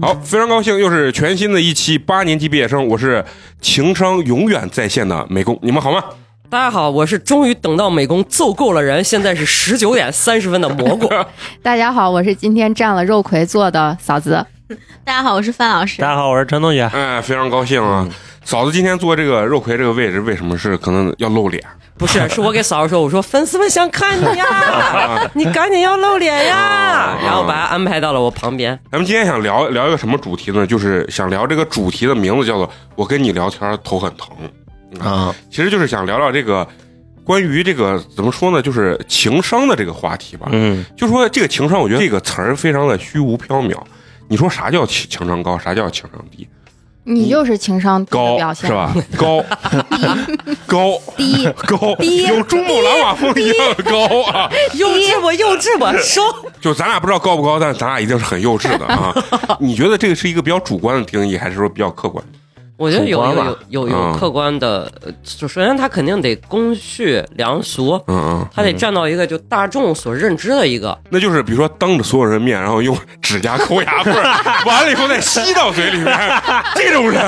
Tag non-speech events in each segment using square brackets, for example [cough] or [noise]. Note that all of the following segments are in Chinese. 好，非常高兴，又是全新的一期八年级毕业生，我是情商永远在线的美工，你们好吗？大家好，我是终于等到美工揍够了人，现在是十九点三十分的 [laughs] 蘑菇。大家好，我是今天蘸了肉葵做的嫂子。大家好，我是范老师大。家好，我是陈同学。哎，非常高兴啊！嗯嫂子今天坐这个肉葵这个位置，为什么是可能要露脸？不是，是我给嫂子说，我说粉丝们想看你 [laughs] 呀，你赶紧要露脸呀，然后把她安排到了我旁边。咱们今天想聊聊一个什么主题呢？就是想聊这个主题的名字叫做“我跟你聊天头很疼”啊，其实就是想聊聊这个关于这个怎么说呢，就是情商的这个话题吧。嗯，就说这个情商，我觉得这个词儿非常的虚无缥缈。你说啥叫情情商高，啥叫情商低？你就是情商低的高表是现？吧？高高低，高，低有珠穆朗玛峰一样的高啊！幼稚我，幼稚我，收。就咱俩不知道高不高，但咱俩一定是很幼稚的啊！ [laughs] 你觉得这个是一个比较主观的定义，还是说比较客观？我觉得有主观有吧有有嗯有客观的，呃就首先他肯定得公序良俗，嗯嗯，他得站到一个就大众所认知的一个。那就是比如说当着所有人面，然后用指甲抠牙缝儿，完了以后再吸到嘴里面，这种人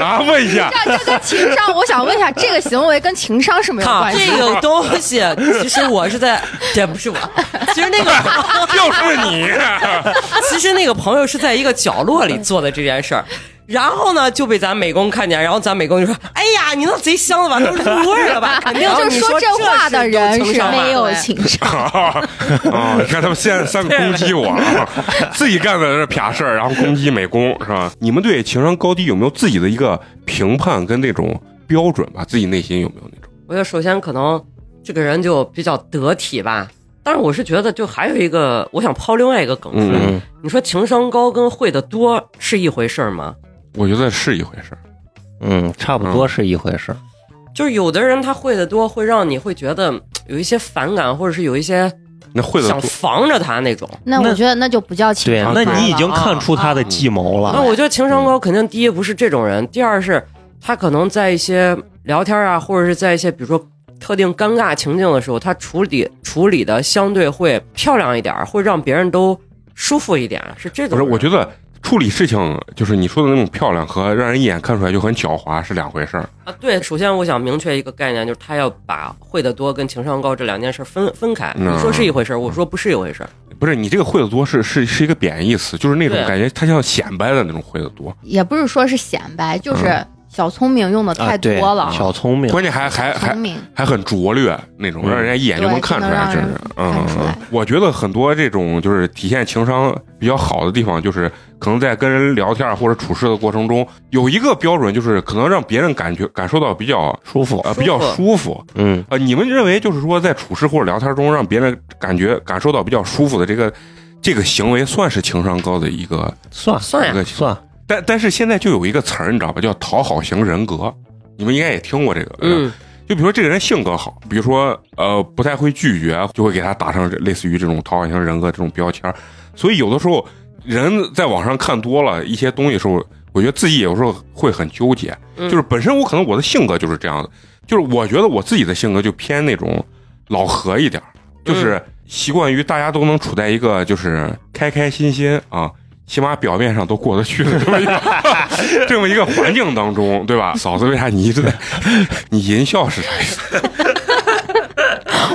啊，问一 [laughs] 下，这跟情商，我想问一下，这个行为跟情商是 [laughs] 没有看啊关系这的。个东西，其实我是在， [laughs] 这不是我，其实那个就是 [laughs] 你， [laughs] 其实那个朋友是在一个角落里做的这件事儿，然后呢就被咱美工看见，然后咱美工就说：“哎呀，你那贼香的吧，都是入味儿了 [laughs] 吧？”肯定就是你说这这话的人是是有没情没商吧有情商，啊，啊你看他们现在三个攻击我啊，自己干的这撇事儿，然后攻击美工是吧？你们对情商高低有没有自己的一个评判跟那种标准吧？自己内心有没有那种？我觉得首先可能这个人就比较得体吧，但是我是觉得就还有一个，我想抛另外一个梗出来。嗯你说情商高跟会的多是一回事儿吗？我觉得是一回事儿。嗯，差不多是一回事。就是有的人他会的多，会让你会觉得有一些反感，或者是有一些那会的想防着他那种。那我觉得那就不叫情对，商啊高那了。你已经看出他的计谋那了。我觉得情嗯商高，肯定第一不是这种人，第二是他可能在一些聊天啊，或者是在一些比如说特定尴尬情境的时候，他处理处理的相对会漂亮一点，会让别人都舒服一点，是这不种是，人。我觉得处理事情就是你说的那种漂亮和让人一眼看出来就很狡猾是两回事儿。啊，对，首先我想明确一个概念，就是他要把会的多跟情商高这两件事分分开。嗯你说是一回事儿，我说不是一回事儿。不是你这个会的多是是是一个贬义词，就是那种对感觉他像显摆的那种会的多，也不是说是显摆，就是小聪明用的啊，太对多了。，小聪明。关键还还还聪明，还很拙劣那种，嗯让人家一眼就能看出来，对真是。嗯能让人看出来我觉得很多这种就是体现情商比较好的地方，就是可能在跟人聊天或者处事的过程中，有一个标准，就是可能让别人感觉感受到比较舒服。呃舒服比较舒服。嗯，呃，你们认为就是说在处事或者聊天中让别人感觉感受到比较舒服的这个这个行为，算是情商高的一个算算一呀，个行为算，但但是现在就有一个词儿，你知道吧，叫讨好型人格。你们应该也听过这个，嗯，就比如说这个人性格好，比如说呃不太会拒绝，就会给他打上类似于这种讨好型人格这种标签儿。所以有的时候人在网上看多了一些东西的时候，我觉得自己有时候会很纠结，嗯就是本身我可能我的性格就是这样的，就是我觉得我自己的性格就偏那种老何一点儿，就是嗯习惯于大家都能处在一个就是开开心心啊。起码表面上都过得去的这么一 [laughs] 个 [laughs] 这么一个环境当中，对吧？嫂子，为啥你一直在 [laughs] 你淫笑是啥意思？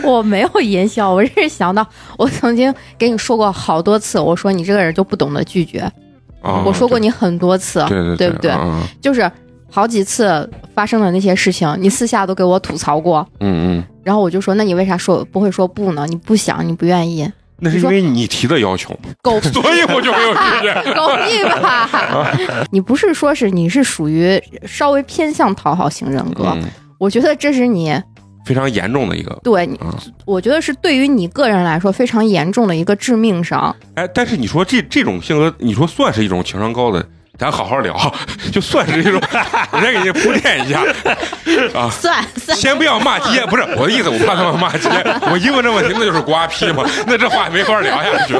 我没有淫笑，我是想到我曾经给你说过好多次，我说你这个人就不懂得拒绝，嗯啊，我说过你很多次，对对对对不对嗯就是好几次发生的那些事情，你私下都给我吐槽过，嗯嗯，然后我就说，那你为啥说不会说不呢？你不想，你不愿意，那是因为你提的要求，狗 [laughs] 所以我就没有拒绝。狗屁吧！ [laughs] 你不是说是你是属于稍微偏向讨好型人格，嗯，我觉得这是你非常严重的一个。对你，嗯我觉得是对于你个人来说非常严重的一个致命伤。哎，但是你说这这种性格，你说算是一种情商高的咱好好聊， [laughs] 就算是这种，人家给你铺垫一下啊。算算，先不要骂街，不是我的意思，我怕他们骂街。我英文这问题，那就是瓜批嘛，那这话没法聊下去。 [laughs]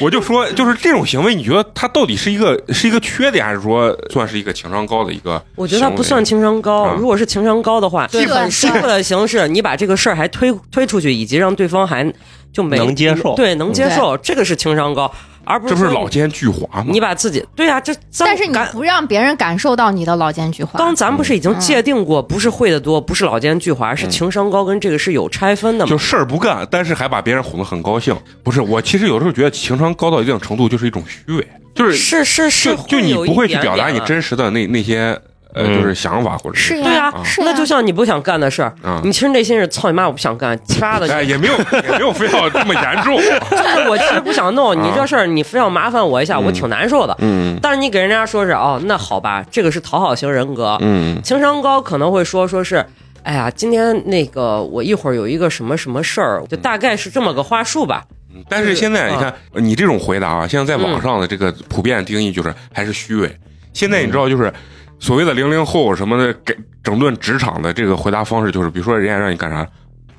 我就说，就是这种行为，你觉得他到底是一个是一个缺点，还是说算是一个情商高的一个？我觉得他不算。情商高，嗯如果是情商高的话，对很舒服的形式，你把这个事儿还推推出去，以及让对方还就没能接受对，能接嗯受，这个是情商高，而不这是不是说老奸巨猾吗？你把自己对啊，这咱但是你刚不嗯让别人感受到你的老奸巨猾，刚咱不是已经界定过，不是会的多，不是老奸巨猾，是情商高跟这个是有拆分的嘛嗯就？事儿不干，但是还把别人哄得很高兴。不是，我其实有时候觉得情商高到一定程度就是一种虚伪，就是是是，就是就你有一不会去点表达点你啊真实的那那些呃嗯就是想法或者是呀，对啊是呀那就像你不想干的事儿嗯，你其实内心是操你妈，我不想干，掐 [laughs] 的哎你。也没有也没有非要这么严重。啊 [laughs] 就是我其实不想弄，你这事儿你非要麻烦我一下，我挺难受的。嗯但是你给人家说是哦，那好吧，这个是讨好型人格，嗯情商高可能会说说是。哎呀，今天那个我一会儿有一个什么什么事儿，就大概是这么个话术吧。嗯，但是现在嗯你看你这种回答啊，现在在网上的这个普遍定义就是还是虚伪。现在你知道就是。所谓的零零后什么的，给整顿职场的这个回答方式，就是比如说人家让你干啥，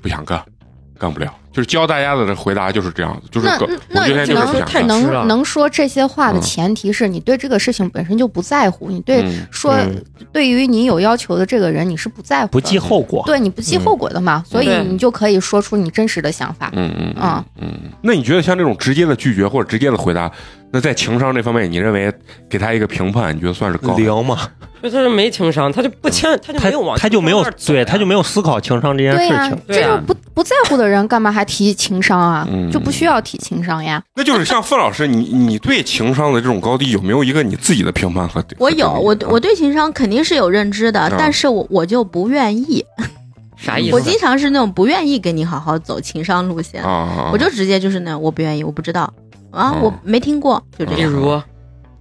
不想干，干不了，就是教大家的这回答就是这样子，就是那个我那今天啊就是不能想干。太直了能能说这些话的嗯前提是你对这个事情本身就不在乎，你对嗯说嗯对于你有要求的这个人你是不在乎，不计，后果。对你不嗯计后果的嘛，所以对你就可以说出你真实的想法。嗯嗯嗯嗯，那你觉得像这种直接的拒绝或者直接的回答，那在情商这方面，你认为给他一个评判，你觉得算是高？零嘛，就他就没情商，他就不牵，他就他没有往他就没有情商那儿走对，呀他就没有思考情商这件对呀、事情。对这啊就是不不在乎的人，干嘛还提情商啊嗯？就不需要提情商呀。那就是像范老师，你你对情商的这种高低有没有一个你自己的评判和？我有和我定义啊我对情商肯定是有认知的嗯，但是我我就不愿意，啥意思？我经常是那种不愿意跟你好好走情商路线啊，啊，我就直接就是那种我不愿意，我不知道啊，嗯我没听过，就这比样。如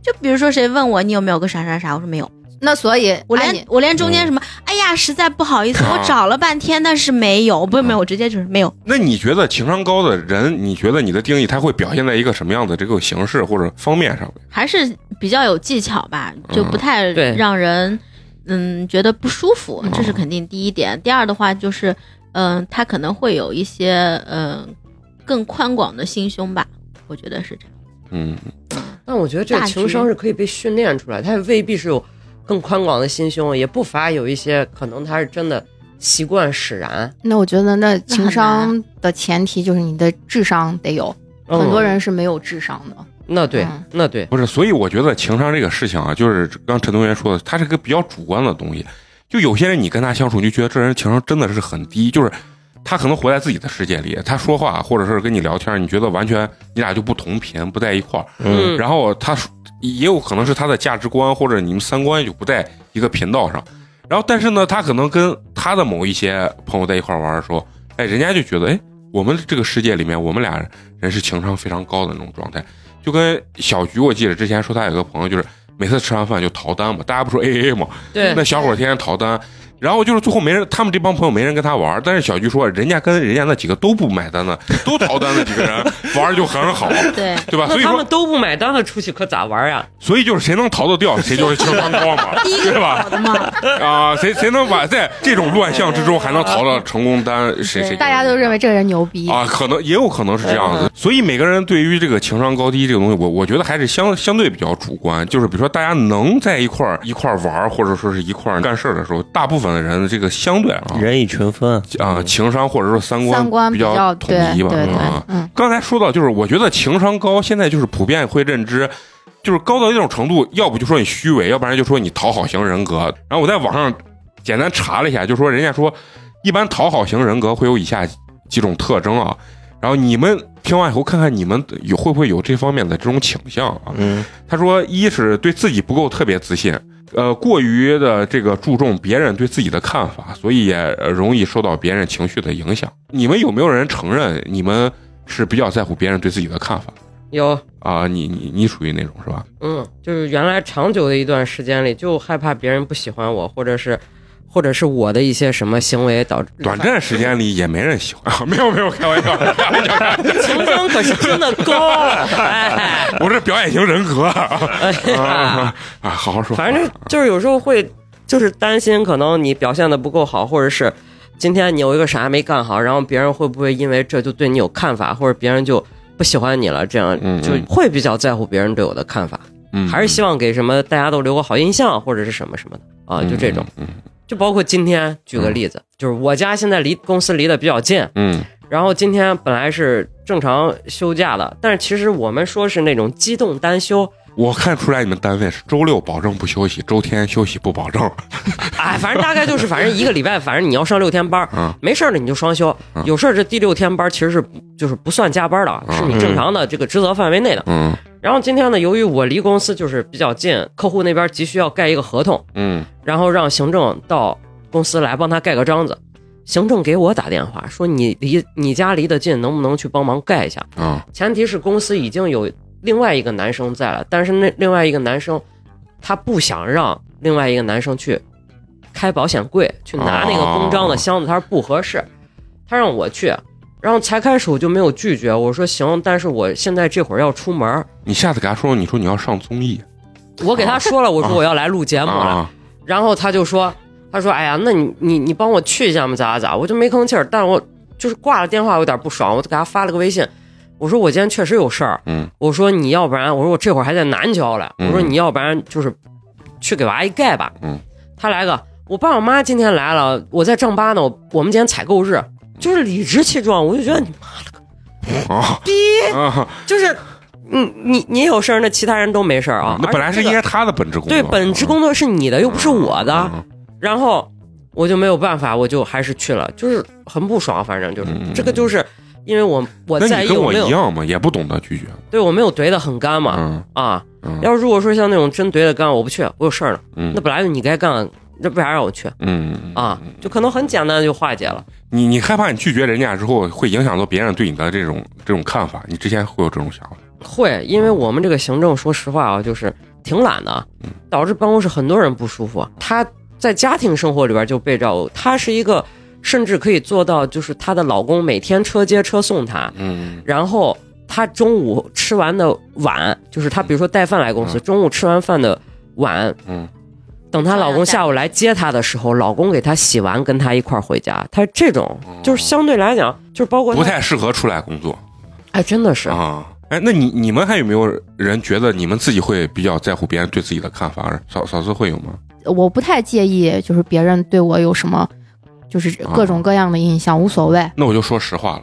就比如说谁问我你有没有个啥啥啥，我说没有，那所以，我哎连你我连中间嗯什么，哎呀，实在不好意 [laughs] 思，啊我找了半天，但是没有，不是没有，嗯我直接就是没有。那你觉得情商高的人，你觉得你的定义他会表现在一个什么样的这个形式或者方面上面？还是比较有技巧吧，就不太嗯对嗯让人嗯觉得不舒服，这是肯定第一点。第二的话就是，嗯、他可能会有一些嗯、更宽广的心胸吧，我觉得是这样。嗯，但我觉得这个大局情商是可以被训练出来，他也未必是有更宽广的心胸，也不乏有一些可能他是真的习惯使然。那我觉得，那情那商的前提就是你的智商得有，嗯很多人是没有智商的。那对嗯，那对，不是，所以我觉得情商这个事情啊，就是刚陈同学说的，它是个比较主观的东西。就有些人你跟他相处，你就觉得这人情商真的是很低，就是他可能活在自己的世界里，他说话或者是跟你聊天，你觉得完全你俩就不同频，不在一块儿。嗯，然后他说也有可能是他的价值观或者你们三观就不在一个频道上。然后，但是呢，他可能跟他的某一些朋友在一块玩的时候，哎，人家就觉得，哎，我们这个世界里面，我们俩人是情商非常高的那种状态。就跟小菊，我记得之前说他有个朋友，就是每次吃完饭就逃单嘛，大家不说 A A 嘛，对那小伙儿天天逃单，然后就是最后没人，他们这帮朋友没人跟他玩儿。但是小菊说，人家跟人家那几个都不买单的，都逃单的几个人玩儿就很好，对，对吧？所那以他说们都不买单的出去可咋玩啊呀？所以就是谁能逃得 [laughs] 掉，谁就是情商高嘛，第一个对吧好？的嘛，啊，谁谁能把在这种乱象之中还能逃到成功单，谁谁啊大家都认为嗯这个人牛逼，啊，可能也有可能是这样子。所以每个人对于这个情商高低这个东西，我我觉得还是相相对比较主观。就是比如说大家能在一块儿一块儿玩儿，或者说是一块儿干事儿的时候，大部分的人这个相对嗯啊人以群分啊情商或者说三观三观比较统对一对吧对啊。，嗯，刚才说到，就是我觉得情商高，现在就是普遍会认知，就是高到一种程度，要不就说你虚伪，要不然就说你讨好型人格。然后我在网上简单查了一下，就说人家说，一般讨好型人格会有以下几种特征啊。然后你们听完以后，看看你们有会不会有这方面的这种倾向啊？嗯，他说，一是对自己不够特别自信，呃，过于的这个注重别人对自己的看法，所以也呃容易受到别人情绪的影响。你们有没有人承认你们是比较在乎别人对自己的看法有，啊、你你你属于那种是吧？嗯，就是原来长久的一段时间里，就害怕别人不喜欢我，或者是或者是我的一些什么行为 [laughs] 导致短暂时间里也没人喜欢。啊没有没有，开玩笑，开玩笑，情商可是真的高，哎， [laughs] 我这表演型人格啊哎呀啊，啊好好说，反正就是有时候会就是担心，可能你表现的不够好，或者是今天你有一个啥没干好，然后别人会不会因为这就对你有看法，或者别人就不喜欢你了，这样嗯嗯就会比较在乎别人对我的看法，嗯还是希望给什么大家都留个好印象，或者是什么什么的啊，就这种。，嗯就包括今天，举个例子，就是我家现在离公司离得比较近，嗯然后今天本来是正常休假的，但是其实我们说是那种机动单休，嗯，我看出来你们单位是周六保证不休息，周天休息不保证。哎，反正大概就是，反正一个礼拜，反正你要上六天班儿，嗯没事儿了你就双休，嗯有事儿这第六天班儿其实是就是不算加班的，嗯是你正常的这个职责范围内的。嗯然后今天呢，由于我离公司就是比较近，客户那边急需要盖一个合同，嗯然后让行政到公司来帮他盖个章子。行政给我打电话说你离你家离得近，能不能去帮忙盖一下？啊前提是公司已经有另外一个男生在了，但是那另外一个男生他不想让另外一个男生去开保险柜去拿那个公章的箱子，他说不合适，他让我去，然后才开始我就没有拒绝，我说行，但是我现在这会儿要出门儿，你下次给他说，你说你要上综艺我给他说了，我说我要来录节 [laughs] 目了，啊，然后他就说，他说，哎呀，那你你你帮我去一下嘛，咋咋咋，我就没吭气儿，但我就是挂了电话，有点不爽，我就给他发了个微信，我说我今天确实有事儿，嗯，我说你要不然，我说我这会儿还在南郊嘞，嗯我说你要不然就是去给娃一盖吧，嗯，他来个，我爸我妈今天来了，我在丈八呢，我我们今天采购日，就是理直气壮，我就觉得你妈了个啊逼，啊，就是。嗯，你你有事儿，那其他人都没事儿啊。嗯那本来是而且应这个该他的本职工作，对本职工作是你的，又不是我的。啊，然后我就没有办法，我就还是去了，就是很不爽，反正就是、嗯这个，就是因为我我那在你意跟我我没一有样嘛，也不懂得拒绝对我没有怼得很干嘛、嗯啊。嗯要是如果说像那种真怼得干，我不去，我有事儿呢，嗯那本来就你该干，那为啥让我去嗯啊？就可能很简单的就化解了。你你害怕你拒绝人家之后会影响到别人对你的这种这种看法，你之前会有这种想法？会，嗯因为我们这个行政，说实话啊，就是挺懒的嗯，导致办公室很多人不舒服。她在家庭生活里边就被照顾，她是一个甚至可以做到，就是她的老公每天车接车送她，嗯然后她中午吃完的碗，就是她比如说带饭来公司，嗯中午吃完饭的碗，嗯，等她老公下午来接她的时候，老公给她洗完，跟她一块儿回家。她这种就是相对来讲，就是包括她不太适合出来工作哎，真的是啊。哎，那你你们还有没有人觉得你们自己会比较在乎别人对自己的看法？嫂嫂子会有吗？我不太介意，就是别人对我有什么，就是各种各样的印象，无所谓。那我就说实话了，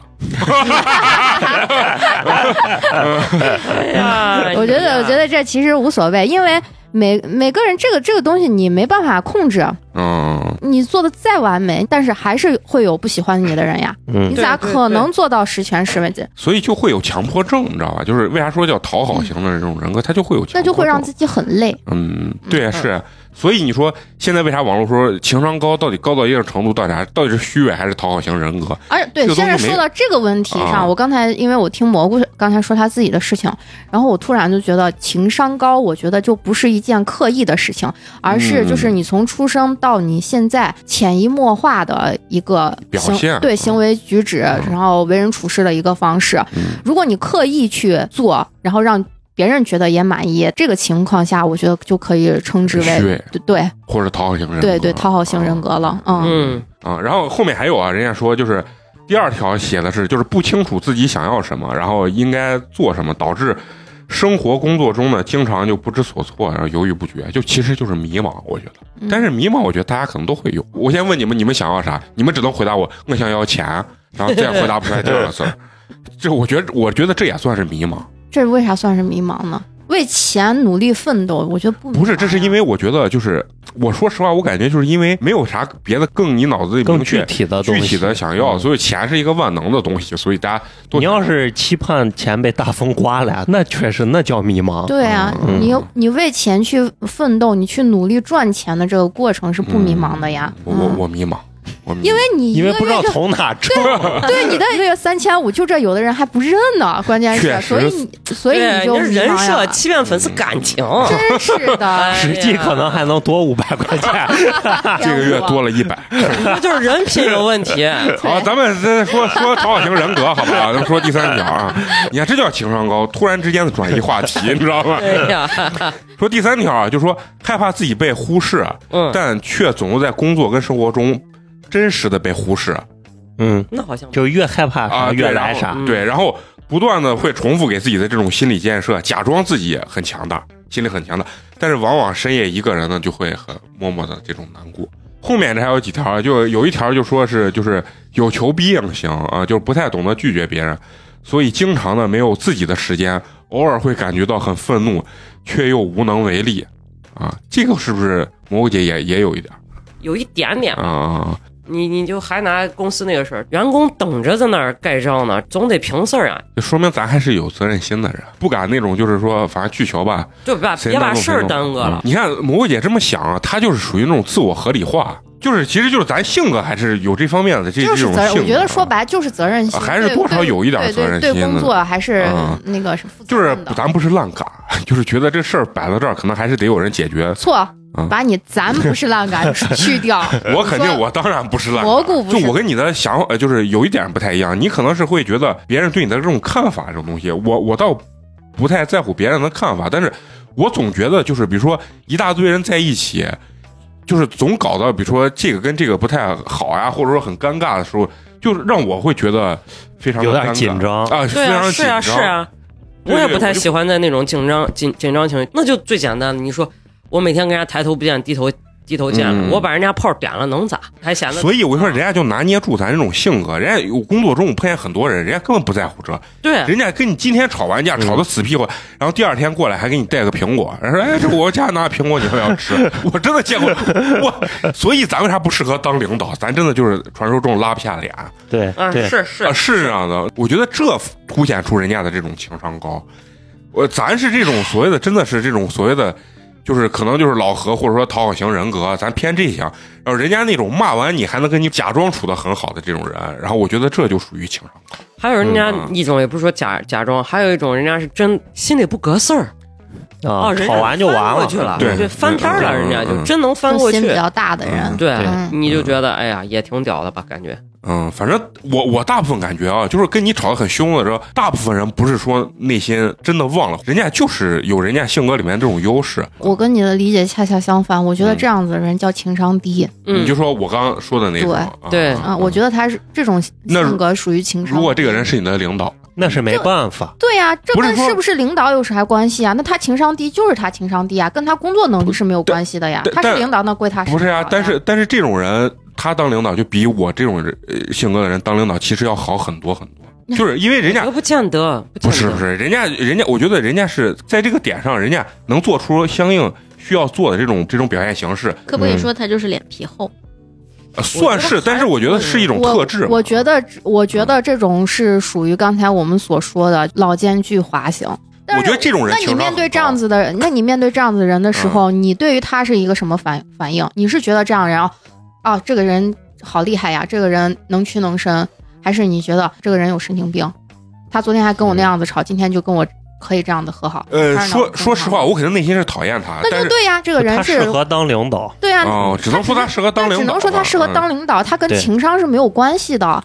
哎呀，我觉啊得，我觉得这其实无所谓，因为每每个人这个这个东西你没办法控制，嗯，你做的再完美，但是还是会有不喜欢你的人呀，你嗯，咋对对可对能做到十全十美？所以就会有强迫症，你知道吧？就是为啥说叫讨好型的这种人格，他就会有强迫症那就会让自己很累。嗯，对，是。所以你说现在为啥网络说情商高到底高到一定程度到啥？到底是虚伪还是讨好型人格？而对这，个东现西在说没到这个问题啊上，我刚才因为我听蘑菇刚才说他自己的事情，然后我突然就觉得情商高，我觉得就不是一件刻意的事情，而是嗯就是你从出生到你现在潜移默化的一个表行现对嗯行为举止，然后为人处事的一个方式。嗯如果你刻意去做，然后让别人觉得也满意，这个情况下，我觉得就可以称之虚为伪对对或者讨好型人格？对对讨好型人格了。嗯，嗯。啊。然后后面还有啊，人家说就是第二条写的是就是不清楚自己想要什么，然后应该做什么，导致生活工作中呢经常就不知所措，然后犹豫不决，就其实就是迷茫，我觉得。嗯但是迷茫，我觉得大家可能都会有。我先问你们，你们想要啥？你们只能回答我，我想要钱，然后再回答不出来第二个字儿。这我觉得，我觉得这也算是迷茫。这为啥算是迷茫呢？为钱努力奋斗，我觉得不啊不是，这是因为为我觉得，就是我说实话，我感觉就是因为没有啥别的更你脑子里更明嗯具确、体的东具西，体的想要，嗯所以钱是一个万能的东西，所以大家都你要是期盼钱被大风刮来，那确实那叫迷茫。对啊，嗯你你为钱去奋斗，你去努力赚钱的这个过程是不迷茫的呀。我我嗯我迷茫，我明因为你一因个月为不知道就从哪挣。对你的一个月三千五，就这有的人还不认 [laughs] 呢，关键确是，实所以你所以你对，就你是人迷茫设呀嗯欺骗粉丝感情，真是的，实际可能还能多五百块钱， [laughs] 这个月多了一百。这就是人品有问题。哎好，咱们再说说讨好型人格，好不好？咱们说第三条啊，你看这叫情商高，突然之间的转移话题，你知道吗？哎呀，说第三条啊，就说害怕自己被忽视，啊嗯，但却总是在工作跟生活中真实的被忽视嗯，那好像就越害怕啊，啥对越来然后啥。对，然后不断的会重复给自己的这种心理建设，假装自己很强大，心里很强大，但是往往深夜一个人呢，就会很默默的这种难过。后面这还有几条啊，就有一条就说是就是有求必应型啊，就是不太懂得拒绝别人，所以经常的没有自己的时间，偶尔会感觉到很愤怒，却又无能为力啊。这个是不是蘑菇姐也也有一点有一点点啊啊？啊你你就还拿公司那个事儿，员工等着在那儿盖章呢，总得平事儿啊，就说明咱还是有责任心的人，不敢那种就是说，反正拒求吧，就把谁别能把弄事谁儿弄耽搁嗯了。你看蘑菇姐这么想啊，她就是属于那种自我合理化，就是其实就是咱性格还是有这方面的这 [laughs] 就这是种性责任。格。我觉得说。白就是责任心，啊还是对多少有一点对责任对心对的工作还是嗯那个什么负责就是任的，咱不是烂嘎， [laughs] 就是觉得这事儿摆到这儿，可能还是得有人解决。错，把你咱不是烂杆去掉， [laughs] 我肯定，你说我当然不是烂嘎。蘑菇不就是我跟你的想法，呃就是有一点不太一样。你可能是会觉得别人对你的这种看法，这种东西，我我倒不太在乎别人的看法，但是我总觉得就是，比如说一大堆人在一起，就是总搞到，比如说这个跟这个不太好呀，或者说很尴尬的时候，就是让我会觉得非常地有点尴尬紧张啊，对非啊，常是紧啊，张。是啊，对我也对不太我就喜欢在那种紧张紧紧张情绪，那就最简单了。你说我每天跟人家抬头不见低头低头见了，嗯我把人家炮点了能咋？还显得所以我就说，人家就拿捏住咱这种性格。人家有工作中我碰见很多人，人家根本不在乎这，对 [laughs] 人家跟你今天吵完架，吵得死屁股，然后第二天过来还给你带个苹果， [laughs] 然后说：“哎，这我家拿的苹果，你要不要吃？”我真的见过，我所以咱为啥不适合当领导？咱真的就是传说中拉不下脸，啊对啊，对，是是是这样的。我觉得这凸显出人家的这种情商高。我咱是这种所谓的，真的是这种所谓的，就是可能就是老何或者说讨好型人格，啊咱偏这项。然后人家那种骂完你还能跟你假装处的很好的这种人，然后我觉得这就属于情商高。还有人家嗯啊一种也不是说假假装，还有一种人家是真心里不隔事儿啊哦，，人家吵完就翻完过了去。了，对对，翻篇儿了，嗯人家嗯就嗯真能翻就过心去比，较大的人，对嗯，你就觉得哎呀也挺屌的吧，感觉嗯，反正我我大部分感觉啊，就是跟你吵得很凶的时候，大部分人不是说内心真的忘了，人家就是有人家性格里面这种优势。我跟你的理解恰恰相反，我觉得这样子的人叫情商低你嗯就，说我刚刚说的那种，对啊对啊，我觉得他是这种那如性格属于情商。如果这个人是你的领导，那是没办法，对呀、这不是跟说是不是领导有啥关系啊？那他情商低就是他情商低啊，跟他工作能力是没有关系的呀。但他是但领导，那归他不是呀、呀、但是但是这种人，他当领导就比我这种人、呃性格的人当领导其实要好很多很多，就是因为人家 [laughs] 这个不见得，不见是得不是，人家人家，我觉得人家是在这个点上，人家能做出相应需要做的这种这种表现形式，可不可以嗯说他就是脸皮厚？呃算我觉是，得但是我觉得是一种我特质我觉得，我觉得这种是属于刚才我们所说的老奸巨猾型。但我是觉得这种人那情商你面对很这样高嗯子的人，那你面对这样子的人的时候，你对于他是一个什么反反应？你是觉得这样人啊，啊，这个人好厉害呀，这个人能屈能伸，还是你觉得这个人有神经病？他昨天还跟我那样子吵，今天就跟我可以这样子和好？嗯呃他，是脑说子说正实常话，我肯定内心是讨厌他，那但就是对呀，这个他人是适合当领导。对呀，哦，只能说他适合当但领导吧，只能说他适合当嗯。领导，他跟对情商是没有关系的。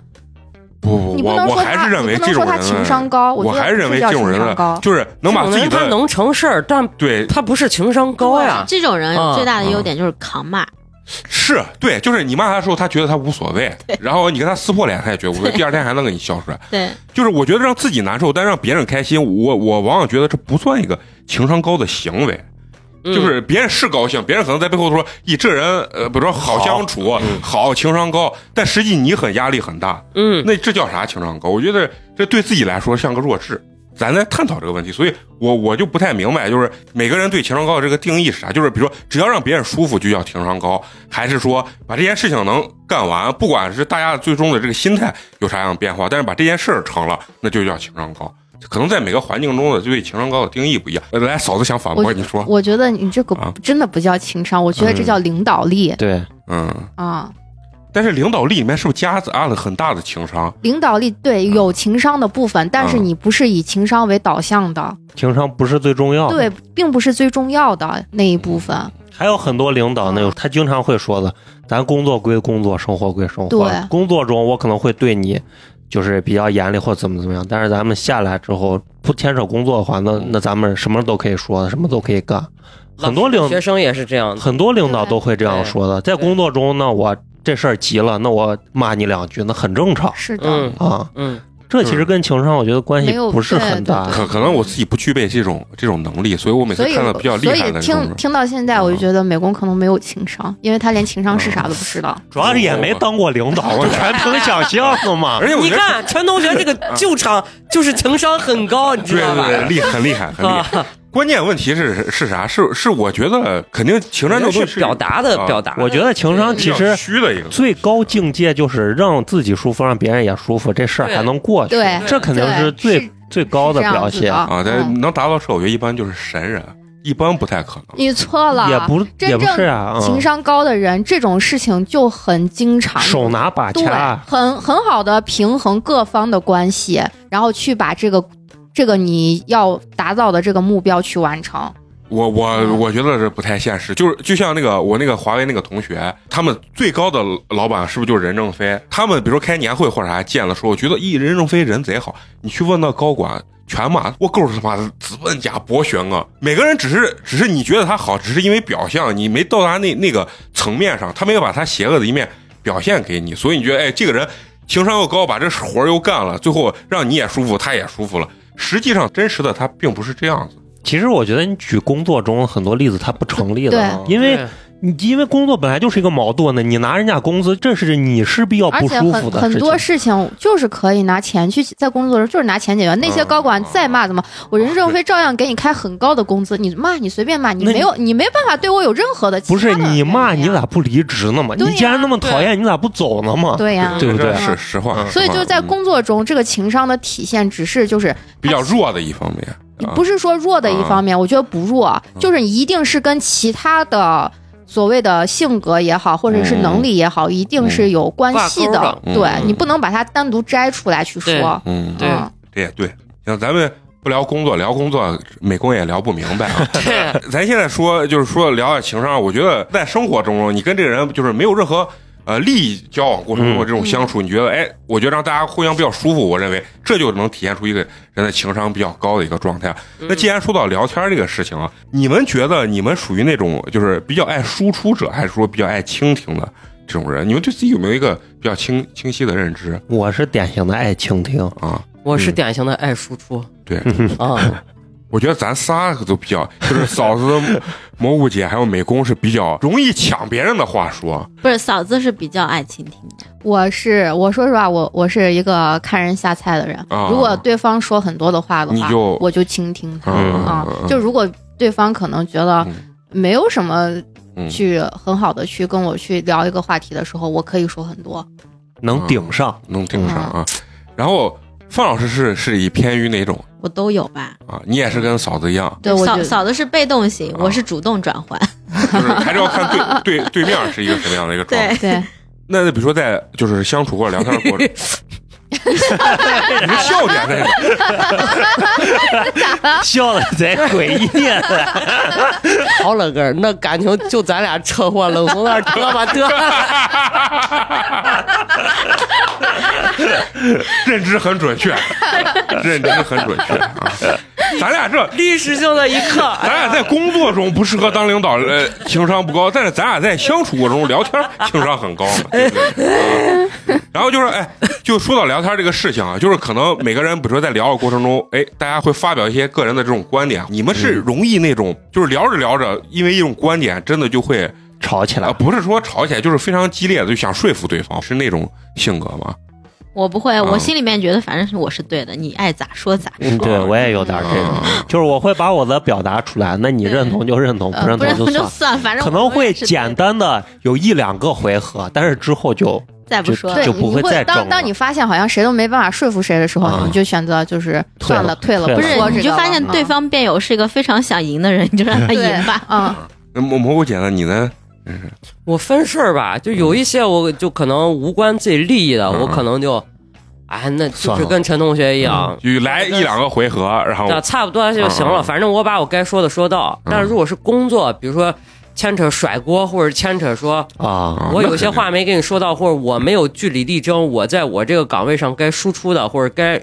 不你不，不我能我说还他，是认你为不这能种说他人，情商高，我觉得还是认为这这不种叫人情商的高，就是能把这自己种人他的能成事儿，但对 [laughs] 他不是情商 [laughs] 高呀。这种人啊最大的优点就是扛骂，是对，就是你骂他的时候，他觉得他无所谓，然后你跟他撕破脸，他也觉得无所谓，对第二天还能跟你笑出来。对，就是我觉得让自己难受，但让别人开心，我我往往觉得这不算一个情商高的行为。嗯就是别人是高兴，别人可能在背后说：“咦，这人呃，比如说好相处，好情商高。”但实际你很压力很大，嗯，那这叫啥情商高？我觉得这对自己来说像个弱智。咱在探讨这个问题，所以我我就不太明白，就是每个人对情商高的这个定义是啥？就是比如说，只要让别人舒服就叫情商高，还是说把这件事情能干完，不管是大家最终的这个心态有啥样的变化，但是把这件事儿成了，那就叫情商高。可能在每个环境中的对情商高的定义不一样。呃来，嫂子想反驳我你说，我觉得你这个啊真的不叫情商，我觉得这嗯叫领导力对，嗯，啊。但是领导力里面是不是夹杂了很大的情商？领导力对有情商的部分，但是嗯你不是以情商为导向的，情商不是最重哦要的。对，并不是最重要的那一部嗯分。还有很多领嗯导那个，他经常会说的，咱工作归工作，生活归生活对。工作中我可能会对你就是比较严厉或怎么怎么样，但是咱们下来之后不牵扯工作的话，那嗯那咱们什么都可以说，什么都可以干。很多领学生也是这样的，很多领导都会这样说的，在工作中呢，我这事儿急了，那我骂你两句，那很正常是的，嗯啊。嗯，这其实跟情商我觉得关系没有不是很大对。对可可能我自己不具备这种这种能力，所以我每次所以看到比较厉所害以的这听种，嗯听到现在，我就觉得美工可能没有情商，因为他连情商是啥都不知道。主要是也没当过领导，嗯全凭想象的嘛而。且我嗯你觉得 [laughs] 看陈同学这个救场就是情商很高，你知对道对吧？对，厉很厉害，很厉害。啊，关键问题是是啥？是是，我觉得肯定情商这种东西是表达啊的表达， [laughs] 我觉得情商其比实较虚的一个。最高境界就是让自己舒服，让别人也舒服，这事儿还能过去。对这肯定是对最是最高的是这表样子现，的啊，但嗯能达到这，我觉得一般就是神人，一般不太可能。你错了，也不啊真也不正是啊，嗯情商高的人，这种事情就很经常。手拿把对，掐，很很好的平衡各方的关系，然后去把这个这个你要达到的这个目标去完成。我我嗯我觉得是不太现实，就是就像那个我那个华为那个同学，他们最高的老板是不是就是任正非？他们比如说开年会或者啥见了说，我觉得一任正非人贼好，你去问那高管。全骂我够他妈的资本家剥削啊！每个人只是只是你觉得他好，只是因为表象，你没到达那那个层面上，他没有把他邪恶的一面表现给你，所以你觉得哎，这个人情商又高，把这活儿又干了，最后让你也舒服，他也舒服了。实际上，真实的他并不是这样子。其实我觉得你举工作中很多例子它不成立的，啊对因为对你因为工作本来就是一个矛盾的，你拿人家工资，这是你势必要而哦不且舒很服的很事多情。事情就是可以拿钱去在工作的时候就是拿钱解决。那哦些高管再骂怎么，我任正非照样给你开很高的工资，你骂你随便骂，你那没有你没办法对我有任何的其不是他的你骂原因你啊咋不离职呢嘛？对你呀既然那么讨厌，你咋不走呢嘛？对呀、对不对这是实话，嗯所以实话就在工作中，这个情商的体现只是就是比较弱的一方面，嗯啊不是说弱的一方面，我觉得不弱，啊嗯就是一定是跟其他的所谓的性格也好，或者嗯是能力也好，一定是有关系挂的。钩的对嗯你不能把它单独摘出来去说。嗯，对嗯这也对。行，咱们不聊工作，聊工作，美工也聊不明白啊。对 [laughs] 咱现在说就是说聊点情商，我觉得在生活中，你跟这个人就是没有任何呃利益交往过程中的这种相处，你觉得哎，我觉得让大家互相比较舒服，我认为这就能体现出一个人的情商比较高的一个状态。啊那既然说到聊天这个事情啊，你们觉得你们属于那种就是比较爱输出者，还是说比较爱倾听的这种人？你们对自己有没有一个比较清清晰的认知我是典型的爱倾听，啊？我是典型的爱输出对，嗯啊，我觉得咱仨都比较，就是嫂子、 [laughs] 蘑菇姐还有美工是比较容易抢别人的话说。啊不是嫂子是比较爱倾听的，我是我说实话，我我是一个看人下菜的人。啊如果对方说很多的话的你话，就我就倾听他嗯啊、嗯就如果对方可能觉得嗯没有什么嗯去很好的去跟我去聊一个话题的时候，我可以说很多。能顶上。能听上嗯啊。然后范老师是是以偏于哪种我都有吧。啊？你也是跟嫂子一样，对，我嫂就嫂子是被动型，哦我是主动转换。就是还是要看对对对面是一个什么样的一个状态。对。那比如说在就是相处或者聊天的过程， [laughs] 你的笑点在哪？笑的贼诡异， [laughs] 好了个儿，那感情就咱俩扯货了，从那儿得吧 [laughs] 得吧， [laughs] 认知很准确，认知很准确啊。咱俩这历史性的一刻，咱俩在工作中不适合当领导，呃，情商不高；但是咱俩在相处过程中聊天儿情商很高嘛，对不对？ [laughs] 啊然后就是，哎，就说到聊天这个事情啊，就是可能每个人，比如说在聊的过程中，哎，大家会发表一些个人的这种观点。啊你们是嗯容易那种，就是聊着聊着，因为一种观点，真的就会吵起啊、来。不是说吵起来，就是非常激烈的，就想说服对方，是那种性格吗？ [laughs] 我不会，哦嗯我心里面觉得反正是我是对的，你爱咋说咋。嗯，对我也有点这种，就是我会把我的表达出来，那你认同就认同，呃认不认同就同就算。算，反正可我能会也是对简的，单的有一两个回合，但是之后就再不就说就了对，不你会再争当了当你发现好像谁都没办法说服谁的时候，嗯啊你就选择就是退算了了，退了，退不了说是这你就个发现了对嗯方辩友是一个非常想赢的人，你就让他 [laughs] 对赢吧。嗯，那蘑蘑菇姐呢？你呢？真是我分事儿吧，就有一些我就可能无关自己利益的，嗯我可能就，哎，那就算是了跟陈同学一样，就来一两个回合，然后啊那差不多就行哦嗯了。嗯反正我把我该说的说到。嗯但如果是工作，比如说牵扯甩锅，或者牵扯说啊，啊我那有些肯定话没跟你说到，或者我没有据理力争，我在我这个岗位上该输出的，或者该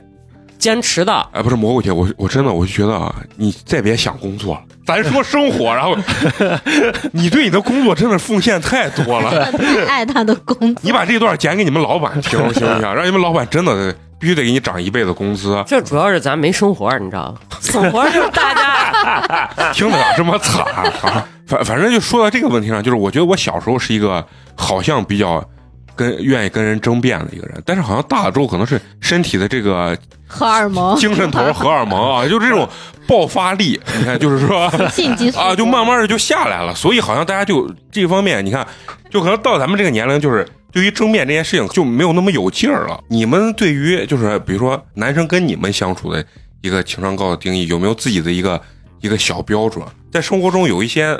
坚持的，哎，不是蘑菇姐，我我真的我就觉得啊，你再别想工作了，咱说生活，然后 [laughs] 你对你的工作真的奉献太多 [laughs] 了。 [laughs] 太爱他的工作，你把这段剪给你们老板听，行不行？让你们老板真的必须得给你涨一辈子工 [laughs] 资，这主要是咱没生活，你 [laughs] 知道吗？生活就是大家听得了这么惨啊！ [laughs] 反反正就说到这个问题上，就是我觉得我小时候是一个好像比较跟愿意跟人争辩的一个人，但是好像大了之后可能是身体的这个荷尔蒙，精神头 [laughs] 儿荷尔蒙啊，就这种爆发力，你看就是说。性激 [laughs] 素啊，就慢慢的就下来了。所以好像大家就这方面，你看，就可能到咱们这个年龄，就是对于争辩这件事情就没有那么有劲儿了。你们对于就是比如说男生跟你们相处的一个情商高的定义，有没有自己的一个一个小标准？在生活中有一些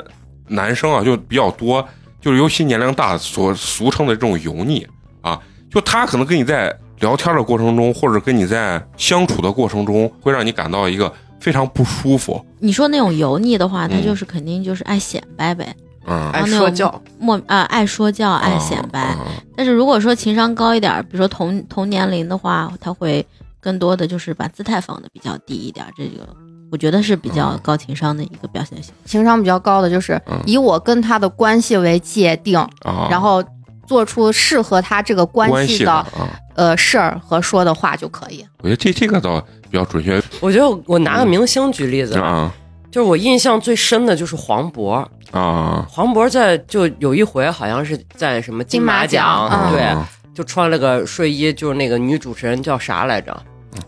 男生啊，就比较多，就是尤其年龄大所俗称的这种油腻啊，就他可能跟你在聊天的过程中，或者跟你在相处的过程中，会让你感到一个非常不舒服。你说那种油腻的话，他嗯就是肯定就是爱显摆呗，嗯，爱 [laughs] 哎说教，莫啊爱说教，爱显摆。啊啊但是如果说情商高一点儿，比如说同同年龄的话，他会更多的就是把姿态放的比较低一点儿，这个我觉得是比较嗯高情商的一个表现形式。情商比较高的就是嗯以我跟他的关系为界定，啊，然后做出适合他这个关关系的的啊，呃事儿和说的话就可以。我觉得这这个倒比较准确我觉得我拿个明星举例子，嗯啊就是我印象最深的就是黄渤，啊，黄渤在就有一回好像是在什么金马金马奖嗯对，啊就穿了个睡衣，就是那个女主持人叫啥来着，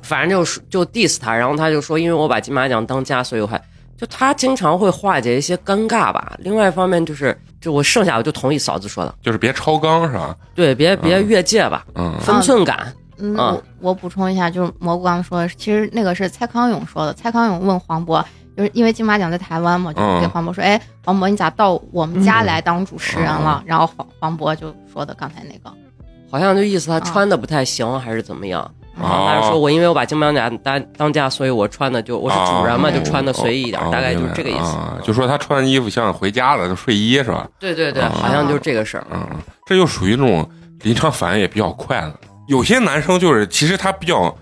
反正就是就 diss 他，然后他就说，因为我把金马奖当家，所以我还就他经常会化解一些尴尬吧。另外一方面就是，就我剩下我就同意嫂子说的，就是别超纲是吧？对，别别嗯越界吧，嗯分寸感。嗯，啊我我补充一下，就是蘑菇刚刚说的，其实那个是蔡康永说的。蔡康永问黄渤，就是因为金马奖在台湾嘛，就嗯给黄渤说：“哎，黄渤，你咋到我们家来当主持人了？”然后黄黄渤就说的刚才那个，好像就意思他穿的不太行，还是怎么样？嗯然后他就说我因为我把金马奖当当家，所以我穿的就我是主人嘛，啊就穿的随意一点，哦大概就明是白这个意思。啊就说他穿衣服像回家了，就睡衣是吧？对对对，啊好像就是这个事儿。嗯，这就属于那种临场反应也比较快的。有些男生就是其实他比较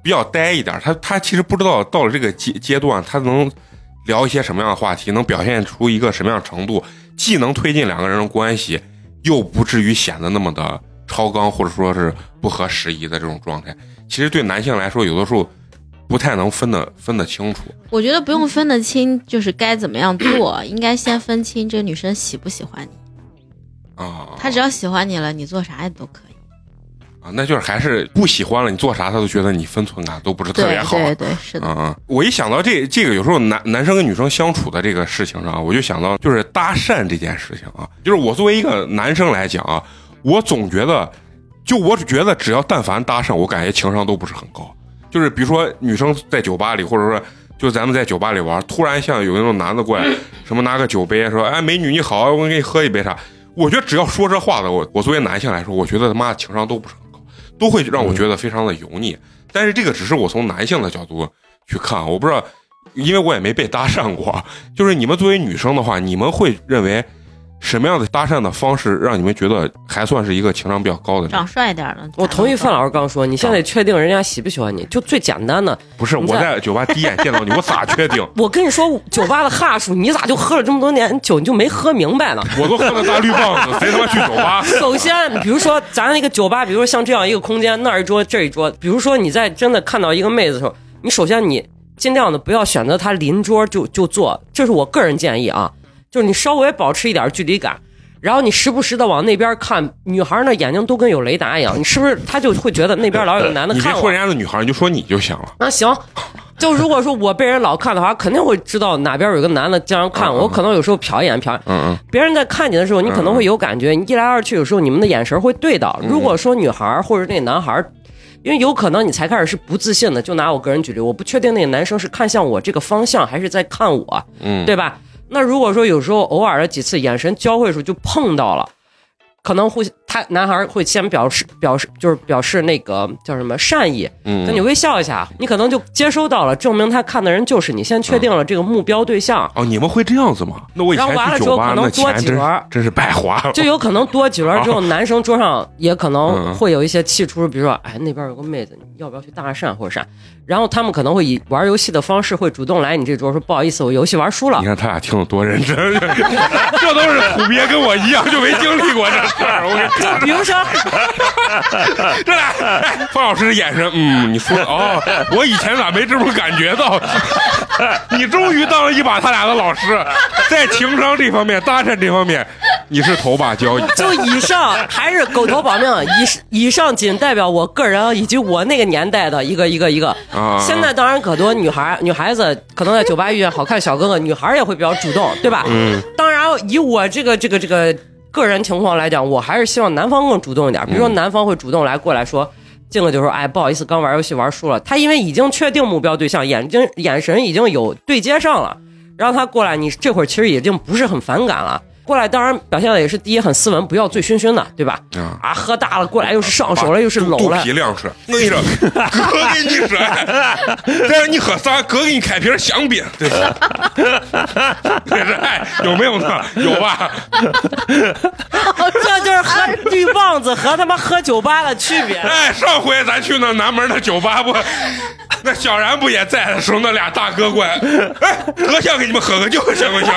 比较呆一点，他他其实不知道到了这个阶阶段，他能聊一些什么样的话题，能表现出一个什么样的程度，既能推进两个人的关系，又不至于显得那么的超纲或者说是不合时宜的这种状态。其实对男性来说，有的时候不太能分得分得清楚。我觉得不用分得清，就是该怎么样做， [coughs] 应该先分清这个女生喜不喜欢你。啊，她只要喜欢你了，你做啥也都可以。啊，那就是还是不喜欢了，你做啥他都觉得你分寸感都不是特别对好。对对，是的。嗯嗯，我一想到这这个，有时候男男生跟女生相处的这个事情上，我就想到就是搭讪这件事情啊，就是我作为一个男生来讲啊，我总觉得，就我只觉得只要但凡搭讪，我感觉情商都不是很高。就是比如说女生在酒吧里，或者说就咱们在酒吧里玩，突然像有那种男的过来，什么拿个酒杯说，哎，美女你好，我给你喝一杯啥。我觉得只要说这话的，我我作为男性来说，我觉得他妈的情商都不是很高，都会让我觉得非常的油腻。但是这个只是我从男性的角度去看，啊我不知道，因为我也没被搭讪过。就是你们作为女生的话，你们会认为什么样的搭讪的方式让你们觉得还算是一个情商比较高的人？长帅点儿了，我同意范范老师刚说，你现在得确定人家喜不喜欢你，就最简单的。不是，你我在在酒吧第一眼见到你，我咋确定？我跟你说，酒吧的哈数，你咋就喝了这么多年酒，你就没喝明白呢？我都喝了大绿棒子，谁他妈去酒吧？首先，比如说咱那个酒吧，比如说像这样一个空间，那儿一桌，这儿一桌。比如说你在真的看到一个妹子的时候，你首先你尽量的不要选择她邻桌就就坐，这是我个人建议啊，就是你稍微保持一点距离感，然后你时不时的往那边看，女孩儿那眼睛都跟有雷达一样，你是不是她就会觉得那边老有个男的你别看说我？人家的女孩，你就说你就行了。那行，就如果说我被人老看的话，肯定会知道哪边有个男的经常看我，我可能有时候瞟一眼瞟一眼。嗯别人在看你的时候，你可能会有感觉，你一来二去，有时候你们的眼神会对到。如果说女孩儿或者那男孩儿，因为有可能你才开始是不自信的，就拿我个人举例，我不确定那个男生是看向我这个方向，还是在看我，嗯嗯，对吧？那如果说有时候偶尔的几次眼神交汇的时候就碰到了，可能会他男孩会先表示表示就是表示那个叫什么善意，嗯，那你微笑一下，你可能就接收到了，证明他看的人就是你，先确定了这个目标对象，哦，你们会这样子吗？那我以前然后完了去之酒后可吧，那能多钱几真轮是儿。真是白花了。就有可能多几轮之后，男生桌上也可能嗯会有一些气出，比如说，哎，那边有个妹子，你要不要去搭讪或者啥？然后他们可能会以玩游戏的方式，会主动来你这桌说，不好意思，我游戏玩输了你，看他俩听得多认真， [laughs] 这都是虎鳖跟我一样就没经历过这事儿。我跟你就比如说，这俩、哎方老师的眼神，嗯，你说哦，我以前咋没这么感觉到？ [laughs] 你终于当了一把他俩的老师，在情商这方面、搭讪这方面，你是头把交椅。就以上还是狗头保命，以以上仅代表我个人啊以及我那个年代的一个一个一个。啊现在当然可多女孩女孩子可能在酒吧遇见好看小哥哥，女孩也会比较主动，对吧？嗯。当然，以我这个这个这个个人情况来讲，我还是希望男方更主动一点。比如说，嗯男方会主动来过来说。进了就说：“哎，不好意思，刚玩游戏玩输了。”他因为已经确定目标对象，眼睛眼神已经有对接上了，让他过来，你这会儿其实已经不是很反感了。过来当然表现的也是第一很斯文，不要醉醺醺的，对吧？啊啊，喝大了过来又是上手了，又是肚搂肚了，皮亮出来，我跟你说，哥给你说，再让你喝仨，哥给你开瓶香槟，对， [laughs] 对是哎，有没有呢？有吧？ [laughs] 这就是喝绿棒子和他妈喝酒吧的区别。 [laughs] 哎，上回咱去那南门那酒吧不，那小然不也在的时候，那俩大哥过来，哎，哥想给你们喝个酒行不行？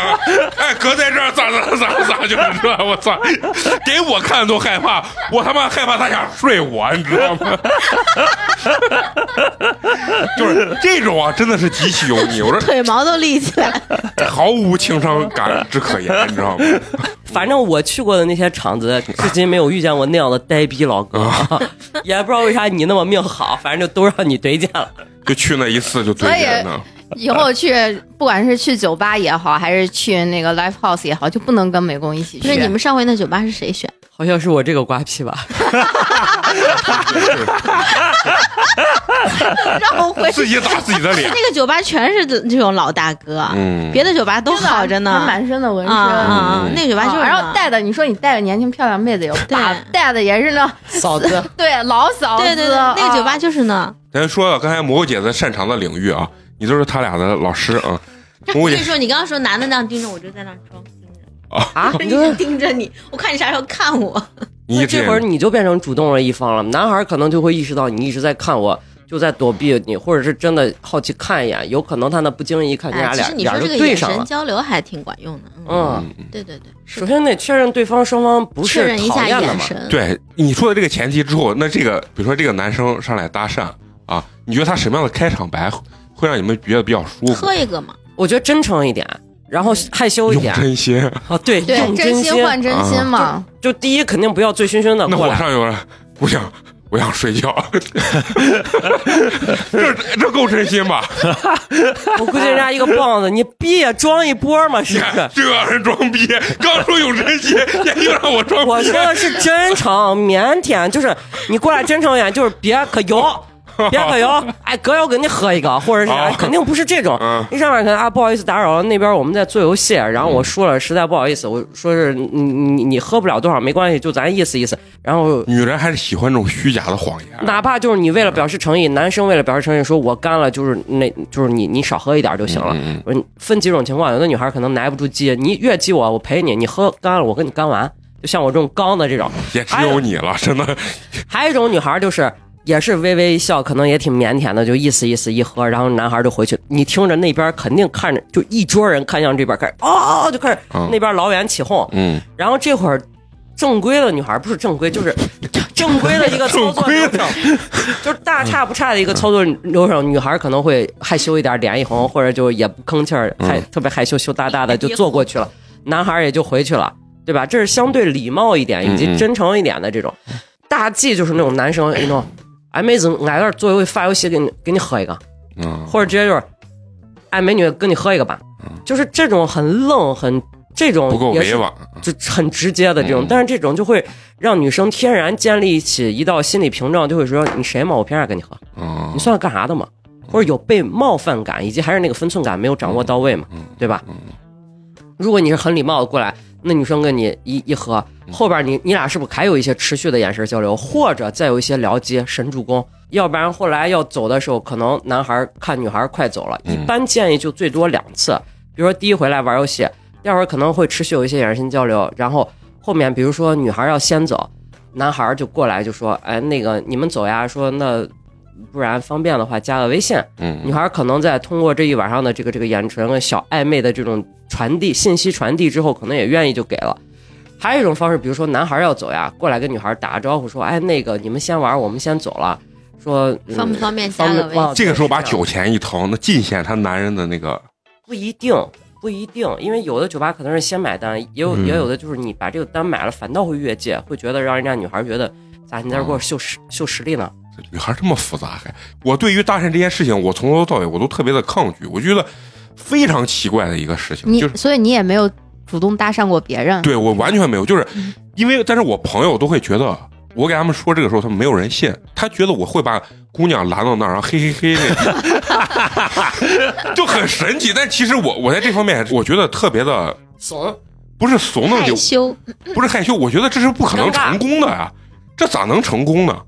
哎，哥在这儿咋咋咋咋，就是这，我操，给我看都害怕，我他妈害怕他想睡我，你知道吗？ [laughs] 就是这种啊，真的是极其油腻，我说腿毛都立起来。 [laughs] 毫无情商感之可言，你知道吗？ [laughs] 反正我去过的那些场子，至今没有遇见过那样的呆逼老哥， [laughs] 也不知道为啥你那么命好，反正就都让你怼见了。就去那一次就对人呢，以后去，不管是去酒吧也好，还是去那个 live house 也好，就不能跟美工一起不去。是你们上回那酒吧是谁选？好像是我这个瓜皮吧，让 [laughs] 我回自己打自己的脸。那个酒吧全是这种老大哥，哎嗯别的酒吧都好着呢。他满身的纹啊身。啊啊嗯！那个酒吧就是呢，然后带的，你说你带个年轻漂亮妹子有把，带的也是那嫂 [laughs] 子。对老嫂子，对对对，那个酒吧啊就是呢。咱说了刚才蘑菇姐的擅长的领域啊，你都是她俩的老师啊。蘑菇所以姐说你刚刚说男的那样盯着，我就在那儿装盯 [laughs] 着，啊！一直盯着你，我看你啥时候看我。你这会儿你就变成主动了一方了，男孩可能就会意识到你一直在看我，就在躲避你，或者是真的好奇看一眼，有可能他那不经意一看，你哎，俩其俩实你眼说儿这就个对眼上神了。交流还挺管用的。嗯，嗯，对对对，是首先得确认对方双方不确是认一讨下厌的眼嘛。神。对你说的这个前提之后，那这个比如说这个男生上来搭讪啊，你觉得他什么样的开场白会让你们觉得比较舒服喝？一个嘛，我觉得真诚一点，然后害羞一用点真心，啊，对，对用真心啊心。换真心嘛，就第一，肯定不要醉醺醺的那过我来。上有人，不行，我想睡 [laughs] 觉，这这够真心吧？我估计人家一个棒子，你逼也装一波嘛，是不 [laughs] 是？这让人装逼，刚说有真心，又让我装逼。我说的是真诚、腼腆，就是你过来真诚一点，就是别可 [laughs] 油，别可油，哎，哥要给你喝一个，或者是啥哦，肯定不是这种嗯。你上面可能啊，不好意思打扰了，那边我们在做游戏，然后我输了，实在不好意思，我说是你你你喝不了多少没关系，就咱意思意思。然后女人还是喜欢这种虚假的谎言。哪怕就是你为了表示诚意，男生为了表示诚意，说我干了，就是那就是你你少喝一点就行了。嗯嗯，分几种情况，有的女孩可能耐不住激，你越激我，我陪你，你喝干了，我跟你干完。就像我这种刚的这种，也只有你了，真哎的。还有一种女孩就是。也是微微一笑，可能也挺腼腆的，就意思意思一喝，然后男孩就回去。你听着那边肯定看着，就一桌人看向这边，开始哦哦哦，就开始、嗯那边老远起哄。嗯，然后这会儿正规的女孩不是正 [laughs] 规，就是正规的一个操正作规流的程，就是大差不差的一个操作流程。女孩可能会害羞一点，脸一红，或者就也不吭气儿，嗯害特别害羞，羞答答的就坐过去了。男孩也就回去了，对吧？这是相对礼貌一点以嗯嗯及真诚一点的这种。大忌就是那种男生那种，哎妹子，俺这儿做游戏发游戏，给你给你喝一个，嗯，或者直接就是，哎美女，跟你喝一个吧，就是这种很愣很。这种不够也是委婉。就很直接的这种嗯，但是这种就会让女生天然建立起一道心理屏障，就会说你谁嘛，我凭啥跟你喝？嗯，你算是干啥的嘛？嗯或者有被冒犯感，以及还是那个分寸感没有掌握到位嘛，对吧？如果你是很礼貌的过来，那女生跟你一一合，后边你你俩是不是还有一些持续的眼神交流，或者再有一些聊接神助攻？要不然后来要走的时候，可能男孩看女孩快走了，嗯一般建议就最多两次，比如说第一回来玩游戏，第二回可能会持续有一些眼神交流，然后后面比如说女孩要先走，男孩就过来就说，哎，那个你们走呀，说那不然方便的话加个微信，女嗯孩可能在通过这一晚上的这个这个眼神和小暧昧的这种传递信息传递之后，可能也愿意就给了。还有一种方式，比如说男孩要走呀，过来跟女孩打个招呼，说：“哎，那个你们先玩，我们先走了。”说、嗯方不方便加方个便微忘信了？这个时候把酒钱一掏，那尽显他男人的那个不一定，不一定，因为有的酒吧可能是先买单，也有、嗯也有的就是你把这个单买了，反倒会越界，会觉得让人家女孩觉得咋你在这给我秀实、秀实力呢？女孩这么复杂还？我对于搭讪这件事情，我从头到尾我都特别的抗拒，我觉得非常奇怪的一个事情，你就是所以你也没有主动搭讪过别人，对我完全没有，就是因为但是我朋友都会觉得。我给他们说这个时候，他们没有人信，他觉得我会把姑娘拦到那儿，然后嘿嘿嘿那种， [laughs] 就很神奇。但其实我我在这方面，我觉得特别的怂，不是怂的害就羞， [laughs] 不是害羞，我觉得这是不可能成功的呀、这咋能成功呢？嗯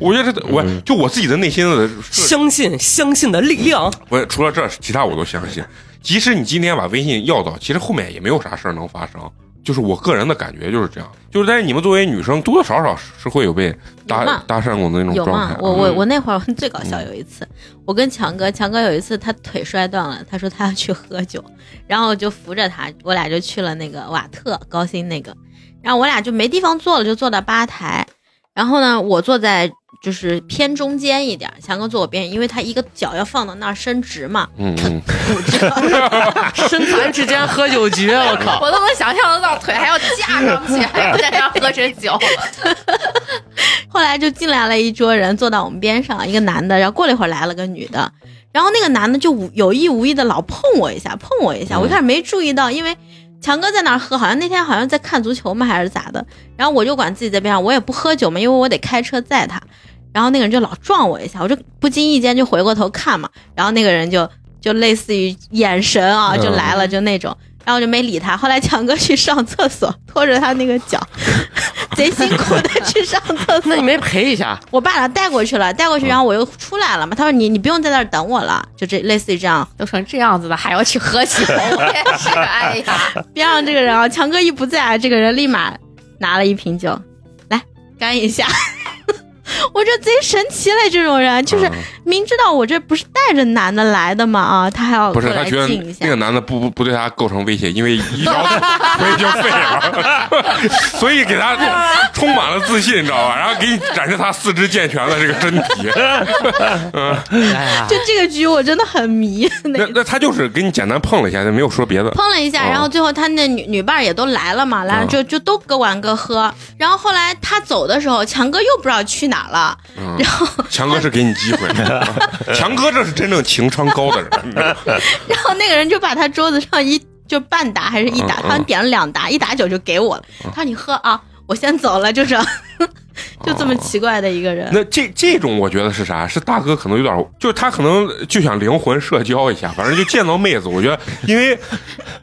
我觉得这我就我自己的内心的是相信相信的力量。我除了这，其他我都相信。即使你今天把微信要到，其实后面也没有啥事儿能发生。就是我个人的感觉就是这样，就是但是你们作为女生，多多少少是会有被搭有嘛搭讪过的那种有状吗态。？我我嗯我那会儿最搞嗯笑有一次，我跟强哥，强哥有一次他腿摔断了，他说他要去喝酒，然后我就扶着他，我俩就去了那个瓦特高新那个，然后我俩就没地方坐了，就坐到吧台，然后呢，我坐在就是偏中间一点，强哥坐我边缘，因为他一个脚要放到那儿伸直嘛，嗯嗯，身残志坚喝酒局，我靠！我都能想象得到，腿还要架上去，还跪在那儿喝着酒。后来就进来了一桌人，坐到我们边上，一个男的，然后过了一会儿来了个女的，然后那个男的就无有意无意的老碰我一下，碰我一下，我一开始没注意到，因为强哥在那儿喝，好像那天好像在看足球嘛还是咋的，然后我就管自己在边上，我也不喝酒嘛，因为我得开车载他，然后那个人就老撞我一下，我就不经意间就回过头看嘛，然后那个人就就类似于眼神啊嗯就来了，就那种。然后我就没理他。后来强哥去上厕所，拖着他那个脚， [laughs] 贼辛苦的去上厕所。那你没陪一下？我把他带过去了，带过嗯去，然后我又出来了嘛。他说你你不用在那儿等我了，就这类似于这样。都成这样子了，还要去喝 [laughs] 酒，我也是，哎呀，边上这个人啊，强哥一不在，这个人立马拿了一瓶酒来干一下。 [laughs] 我这贼神奇嘞，这种人就是嗯明知道我这不是带着男的来的嘛啊，他还要不过是他来觉得敬一下那。个男的不不不对他构成威胁，因为 [laughs] 医疗腿已经废了， [laughs] 所以给他充满了自信，你知道吧？然后给你展示他四肢健全的这个身体。哎呀，就这个局我真的很迷，那那个那他就是给你简单碰了一下，就没有说别的。碰了一下，哦然后最后他那女女伴儿也都来了嘛，来了嗯就就都各玩各喝。然后后来他走的时候，强哥又不知道去哪儿了，嗯，强哥是给你机 [laughs] 会，强哥这是真正情商高的人。然后那个人就把他桌子上一就半打还是一打，嗯嗯嗯他们点了两打，一打酒就给我了。他说你喝啊，我先走了，就这样， [laughs] 就这么奇怪的一个人。哦那这这种我觉得是啥？是大哥可能有点，就是他可能就想灵魂社交一下，反正就见到妹子。我觉得，因为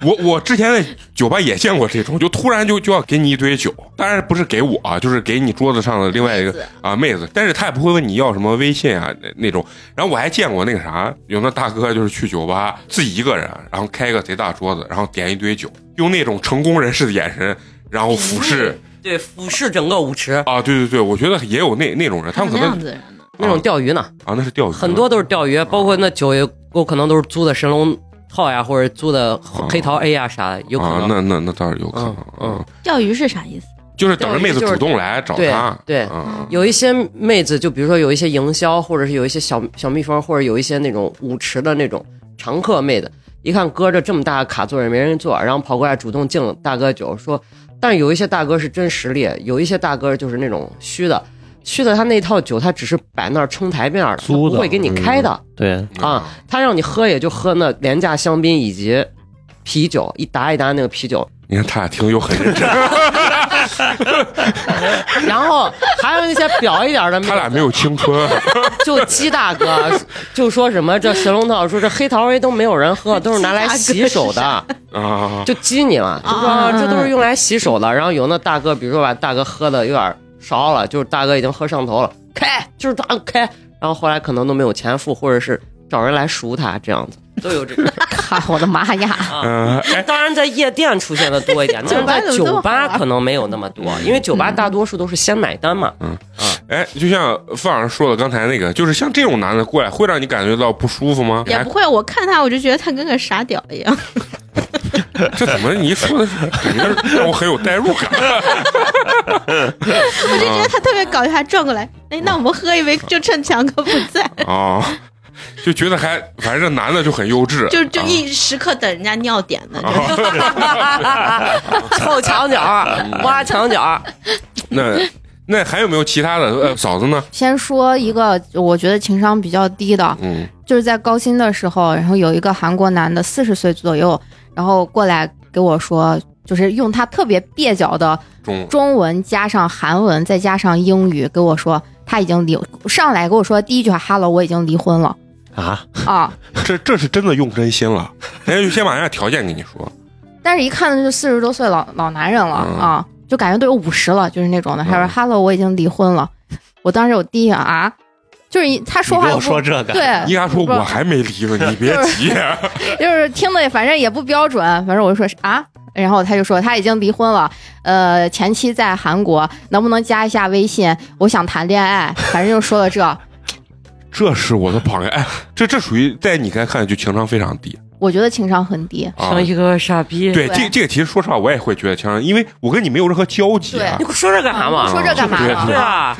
我我之前在酒吧也见过这种，就突然就就要给你一堆酒，当然不是给我啊，就是给你桌子上的另外一妹个子啊妹子，但是他也不会问你要什么微信啊那那种。然后我还见过那个啥，有那大哥就是去酒吧自己一个人，啊然后开个贼大桌子，然后点一堆酒，用那种成功人士的眼神，然后俯视对，俯视整个舞池，啊，对对对，我觉得也有那那种人，他们可那能样子的人呢？那种钓鱼呢？啊那是钓鱼，很多都是钓鱼，包括那酒也有可能都是租的神龙套呀，或者租的黑桃 A 呀啥的，有可啊，能。那那那倒是有可能，嗯嗯，钓鱼是啥意思？就是等着妹子主动来找对他，对嗯，有一些妹子，就比如说有一些营销，或者是有一些小小蜜蜂，或者有一些那种舞池的那种常客妹子，一看哥这这么大个卡座也没人坐，然后跑过来主动敬大哥酒，说，但是有一些大哥是真实力，有一些大哥就是那种虚的，虚的他那套酒他只是摆那儿撑台面儿的，嗯他租不的会给你开的，对，啊，他让你喝也就喝那廉价香槟以及啤酒，一打一打那个啤酒。你看他俩听又很认真，然后还有那些表一点的，他俩没有青 [laughs] 春，就鸡大哥就说什么这神龙套说这黑桃 A 都没有人喝，都是拿来洗手的，啊，就激你嘛，就说、啊这都是用来洗手的。然后有那大哥，比如说把大哥喝的有点烧了，就是大哥已经喝上头了，开就是大哥开，然后后来可能都没有钱付，或者是找人来赎他这样子。都有这种，哎我的妈呀！嗯、哎，当然在夜店出现的多一点，但是在酒吧怎么这么酒吧好玩可能没有那么多，因为酒吧大多数都是先买单嘛。哎，就像范老师说的刚才那个，就是像这种男的过来，会让你感觉到不舒服吗？也不会，我看他我就觉得他跟个傻屌嗯一样。哎这怎么你一说的是感觉让我很有代入感？ [laughs] 我就觉得他特别搞笑，还转过来，哎，那我们喝一杯，就趁强哥不在，啊，就觉得还反正这男的就很啊幼稚，就就一时刻等人家尿点呢。嗯就凑墙角，挖墙角， [laughs] 那那还有没有其他的？呃，嫂子呢？先说一个，我觉得情商比较低的，嗯，就是在高薪的时候，然后有一个韩国男的，四十岁左右，然后过来给我说，就是用他特别蹩脚的中中文加上韩文，再加上英语给我说，他已经离上来跟我说第一句话哈喽，我已经离婚了啊， [laughs] 啊！这这是真的用真心 [laughs] 了，人家就先把人家条件跟你说，但是一看呢，就四十多岁老老男人了嗯啊，就感觉都有五十了，就是那种的。他说嗯哈喽，我已经离婚了。我当时我第一眼啊，就是一他说你话跟又我不说这个，对，你跟他说不是我还没离呢，你别急，啊就是听的反正也不标准，反正我就说是啊，然后他就说他已经离婚了，呃，前妻在韩国，能不能加一下微信？我想谈恋爱，反正就说了这。这是我的朋友，哎，这这属于在你该看就情商非常低我觉得情商很低，啊。像一个傻逼。对，对这这个其实说实话，我也会觉得情商，因为我跟你没有任何交集啊你。说这干啥嘛？说这干嘛对对呢？啊，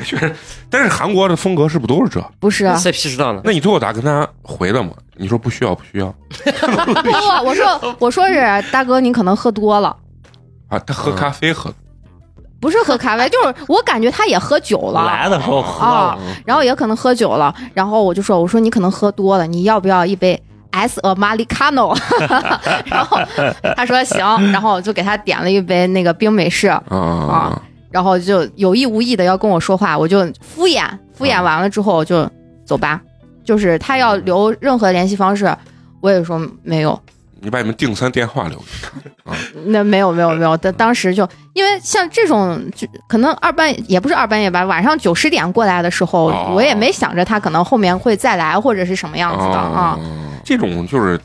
但是韩国的风格是不是都是这？不是，谁屁知道呢？那你最后咋跟他回的嘛？你说不需要，不需要不不，不我说我说是大哥，你可能喝多了，啊？他喝咖啡喝的，不是喝咖啡，就是我感觉他也喝酒了。来的时候喝啊了，，然后也可能喝酒了，然后我就说，我说你可能喝多了，你要不要一杯 S Americano？然后他说行，然后我就给他点了一杯那个冰美式，啊啊然后就有意无意的要跟我说话，我就敷衍，敷衍完了之后就走吧。就是他要留任何联系方式，我也说没有，你把你们订餐电话留下。那没有没有没有。但当时就因为像这种，就可能二半也不是二半夜吧，晚上九十点过来的时候，哦我也没想着他可能后面会再来或者是什么样子的啊。啊，这种就是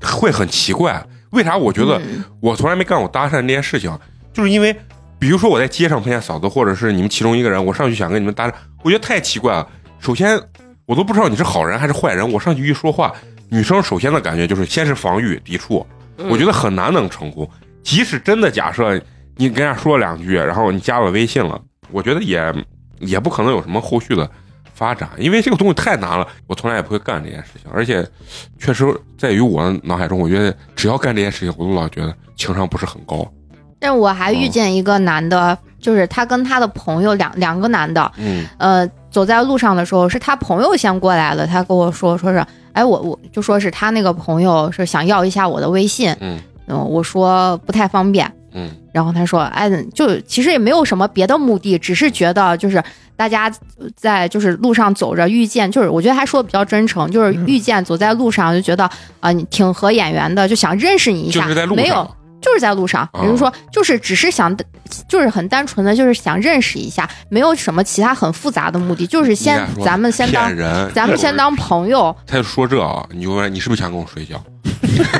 嘖会很奇怪。为啥我觉得嗯我从来没干过搭讪这件事情？啊就是因为，比如说我在街上碰见嫂子，或者是你们其中一个人，我上去想跟你们搭讪，我觉得太奇怪了。首先，我都不知道你是好人还是坏人，我上去一说话，女生首先的感觉就是先是防御、抵触，我觉得很难能成功。即使真的假设你跟人家说了两句，然后你加我微信了，我觉得也也不可能有什么后续的发展，因为这个东西太难了，我从来也不会干这件事情。而且，确实在于我的脑海中，我觉得只要干这件事情，我都老觉得情商不是很高。但我还遇见一个男的，就是他跟他的朋友两两个男的，嗯呃，走在路上的时候，是他朋友先过来了，他跟我说，说是，哎，我我就说是他那个朋友是想要一下我的微信，嗯嗯、我说不太方便，嗯然后他说，哎，就其实也没有什么别的目的，只是觉得就是大家呃在就是路上走着遇见，就是我觉得他说的比较真诚，就是遇见走在路上就觉得啊、你挺合眼缘的，就想认识你一下，嗯就是在路上没有。就是在路上，啊比如说，就是只是想，就是很单纯的，就是想认识一下，没有什么其他很复杂的目的，就是先你俩说咱们先当骗人，咱们先当朋友，他就说这啊，你就问你是不是想跟我睡觉？ [laughs]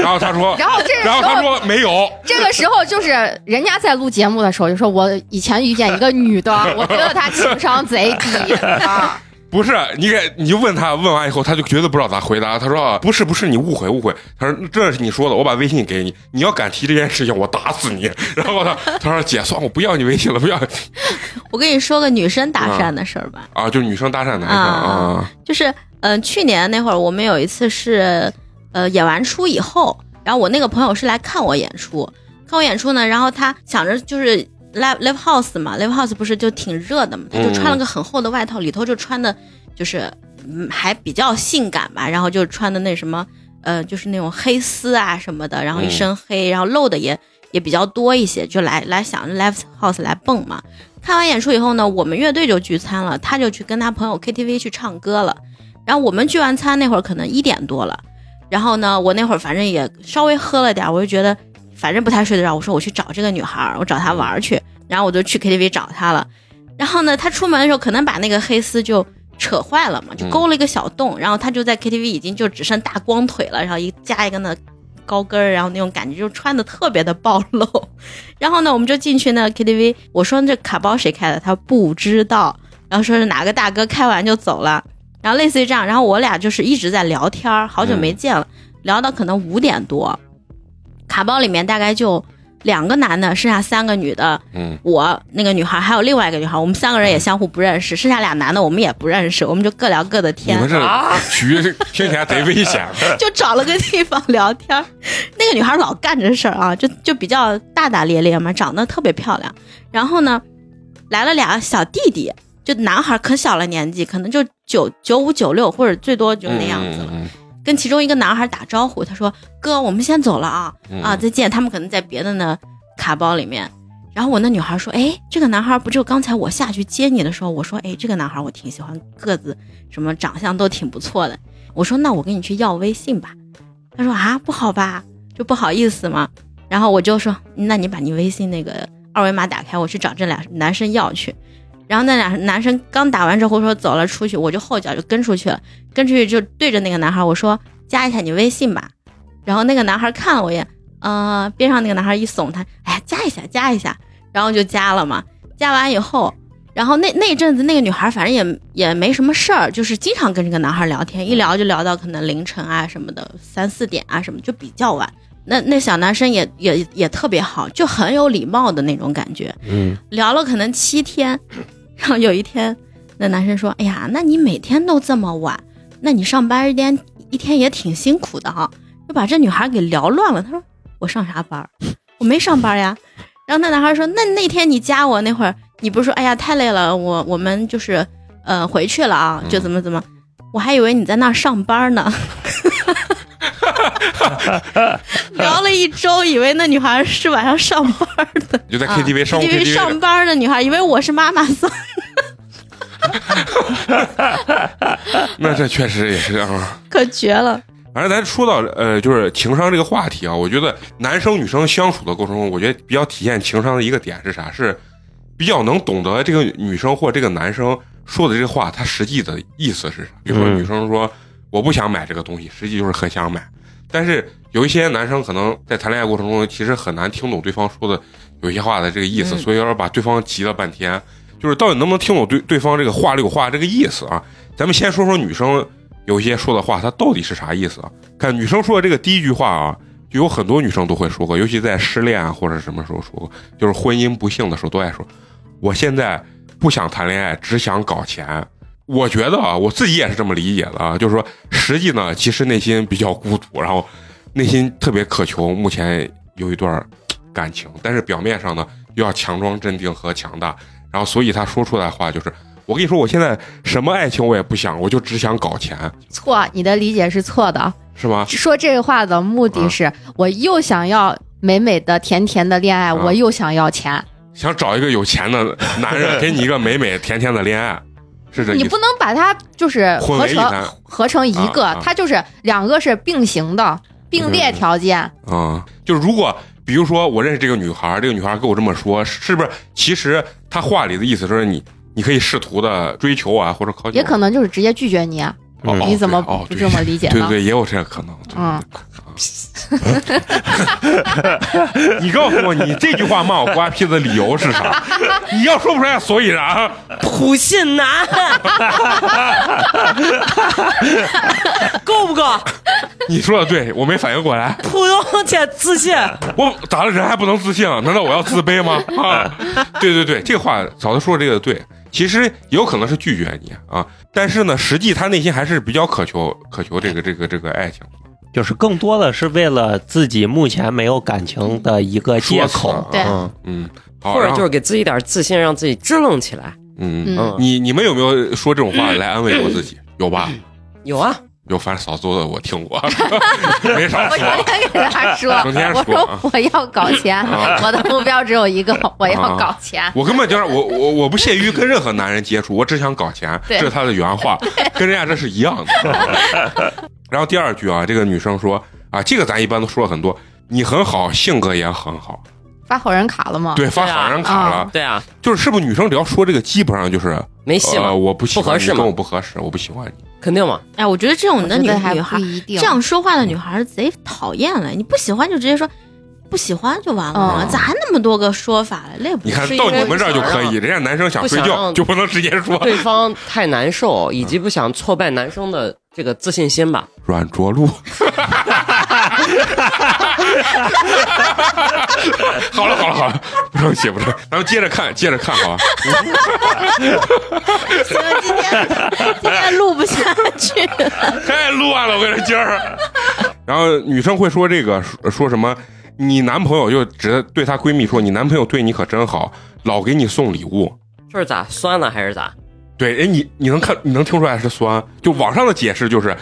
然后他说，然后这个时然后他候，说没有，这个时候就是人家在录节目的时候就说，我以前遇见一个女的，我觉得她情商贼低啊，不是你给你就问他，问完以后他就绝对不知道咋回答。他说啊不是不是，你误会误会。他说这是你说的，我把微信给你，你要敢提这件事情，我打死你。然后他他说姐，算了我不要你微信了，不要我跟你说个女生搭讪的事儿吧。啊，就是女生搭讪男生啊啊就是嗯、呃去年那会儿我们有一次是呃演完出以后，然后我那个朋友是来看我演出，看我演出呢，然后他想着就是 live live house 嘛，live house 不是就挺热的嘛，他就穿了个很厚的外套，里头就穿的就是嗯还比较性感吧，然后就穿的那什么呃就是那种黑丝啊什么的，然后一身黑，然后露的也。也比较多一些，就来来想着 live house 来蹦嘛。看完演出以后呢，我们乐队就聚餐了，他就去跟他朋友 KTV 去唱歌了。然后我们聚完餐那会儿可能一点多了，然后呢，我那会儿反正也稍微喝了点儿，我就觉得反正不太睡得着，我说我去找这个女孩儿，我找她玩儿去。然后我就去 KTV 找她了。然后呢，她出门的时候可能把那个黑丝就扯坏了嘛，就勾了一个小洞，然后她就在 KTV 已经就只剩大光腿了，然后一加一个那高跟儿，然后那种感觉就穿的特别的暴露。 [laughs] 然后呢，我们就进去那 KTV，我说这卡包谁开的？她不知道，然后说是哪个大哥开完就走了。然后类似于这样，然后我俩就是一直在聊天儿，好久没见了，聊到可能五点多，卡包里面大概就两个男的，剩下三个女的，嗯，我那个女孩还有另外一个女孩，我们三个人也相互不认识，剩下俩男的我们也不认识，我们就各聊各的你天们，这啊局听起来贼危 [laughs] 险。就找了个地方聊天儿。那个女孩老干这事儿啊，就就比较大大咧咧嘛，长得特别漂亮。然后呢，来了俩小弟弟，就男孩可小了年纪，可能就九九五九六或者最多就那样子了。嗯跟其中一个男孩打招呼，他说：“哥，我们先走了啊，嗯啊，再见。”他们可能在别的呢卡包里面。然后我那女孩说：“哎，这个男孩不就刚才我下去接你的时候，我说，哎，这个男孩我挺喜欢，个子什么长相都挺不错的。我说那我跟你去要微信吧。”他说：“啊，不好吧，就不好意思嘛。”然后我就说：“那你把你微信那个二维码打开，我去找这俩男生要去。”然后那俩男生刚打完之后说走了出去，我就后脚就跟出去了，跟出去就对着那个男孩我说：“加一下你微信吧。然后那个男孩看了我一眼，呃，边上那个男孩一怂他，哎呀，加一下，加一下，然后就加了嘛。加完以后，然后那那一阵子那个女孩反正也也没什么事儿，就是经常跟这个男孩聊天，一聊就聊到可能凌晨啊什么的，三四点啊什么就比较晚。那那小男生也也也特别好，就很有礼貌的那种感觉。嗯，聊了可能七天，然后有一天，那男生说：“哎呀，那你每天都这么晚，那你上班一天一天也挺辛苦的哈。”就把这女孩给聊乱了。他说：“我上啥班儿？啊我没上班呀。”然后那男孩说：“那那天你加我那会儿，你不是说哎呀太累了，我我们就是呃回去了啊，就怎么怎么，我还以为你在那儿上班呢。”聊了一周，以为那女孩是晚上上班儿的。你就在 KTV 上过 KTV 上班的女孩以为我是妈妈桑，那这确实也是啊。可绝了。反正咱说到呃，就是情商这个话题啊，我觉得男生女生相处的过程中，我觉得比较体现情商的一个点是啥？是比较能懂得这个女生或这个男生说的这个话，他实际的意思是啥？比如说嗯女生说我不想买这个东西，实际就是很想买。但是有一些男生可能在谈恋爱过程中，其实很难听懂对方说的有一些话的这个意思，所以要把对方急了半天，就是到底能不能听懂对对方这个话里有话这个意思啊？咱们先说说女生有一些说的话，她到底是啥意思啊？看女生说的这个第一句话啊，就有很多女生都会说过，尤其在失恋啊或者什么时候说过，就是婚姻不幸的时候都爱说，我现在不想谈恋爱，只想搞钱。我觉得啊，我自己也是这么理解的啊，就是说，实际呢，其实内心比较孤独，然后内心特别渴求目前有一段儿感情，但是表面上呢，又要强装镇定和强大，然后所以他说出来的话就是，我跟你说，我现在什么爱情我也不想，我就只想搞钱， [laughs] 错，你的理解是错的。啊是吗？说这话的目嗯的是，我又想要美美的、甜甜的恋爱，嗯我又想要钱。想找一个有钱的男人，给你一个美美甜甜的恋爱，是这意你思不能把它就是混合为一成谈合成一个，啊啊嗯它就是两个是并行的，并列条件。啊、就是如果比如说我认识这个女孩，这个女孩跟我这么说，是不是？其实她话里的意思就是你，你可以试图的追求啊，或者靠近我，也可能就是直接拒绝你啊，哦你怎么对哦不对这么理解对呢对？对，也有这个可能。对 [laughs] 嗯，你告诉我，你这句话骂我瓜皮的理由是 [laughs] 啥？你要说不出来，所以啊然。普 [laughs] 信男，够不够？你说的对，我没反应过来，普通且自信，我咋了？人还不能自信？啊难道我要自卑 [laughs] 吗？啊，对对对，这个话嫂子说的这个对，其实也有可能是拒绝你啊，但是呢，实际他内心还是比较渴求渴求这个这个这个爱情。就是更多的是为了自己目前没有感情的一个借说辞口啊，对嗯，嗯，好，或者然后就是给自己点自信，让自己支棱起来。嗯，嗯 [laughs] 你你们有没有说这种话来安慰过自己？有吧？有啊，哟，反正嫂子的我听 [laughs] 过，没少我说整。天给他说，整天说我啊说我要搞钱，啊我的目标只有一个，我要搞钱。我根本就是我我我不屑于跟任何男人接触，我只想搞钱，对这是他的原话， [laughs] 跟人家这是一样的。 [laughs] 然后第二句啊，这个女生说啊，这个咱一般都说了很多，你很好，性格也很好，发好人卡了吗？对，发对啊好人卡了，啊对啊，就是是不是女生只要说这个，基本上就是没戏呃，了，我不喜不欢合你，适嘛跟我不合适，我不喜欢你。肯定嘛。哎，我觉得这种我的觉女得还女孩不，一定这样说话的女孩贼讨厌了。你不喜欢就直接说不喜欢就完了嘛，嗯咋那么多个说法了？累不你看是到因你为们这儿就可以，人家男生想睡不想觉让就不能直接 [laughs] 说对方太难受，以及不想挫败男生的这个自信心吧。软着 [laughs] 陆。好了好了好了，不生气不生气，咱们接着看接着看好吧？ [laughs] [laughs] 行了，今天今天录不下去了。太乱了，我跟你说今儿。然后女生会说这个说说什么？你男朋友就只对她闺蜜说，你男朋友对你可真好，老给你送礼物。这是咋酸了还是咋？对，哎，你你能看你能听出来是酸？就网上的解释就是，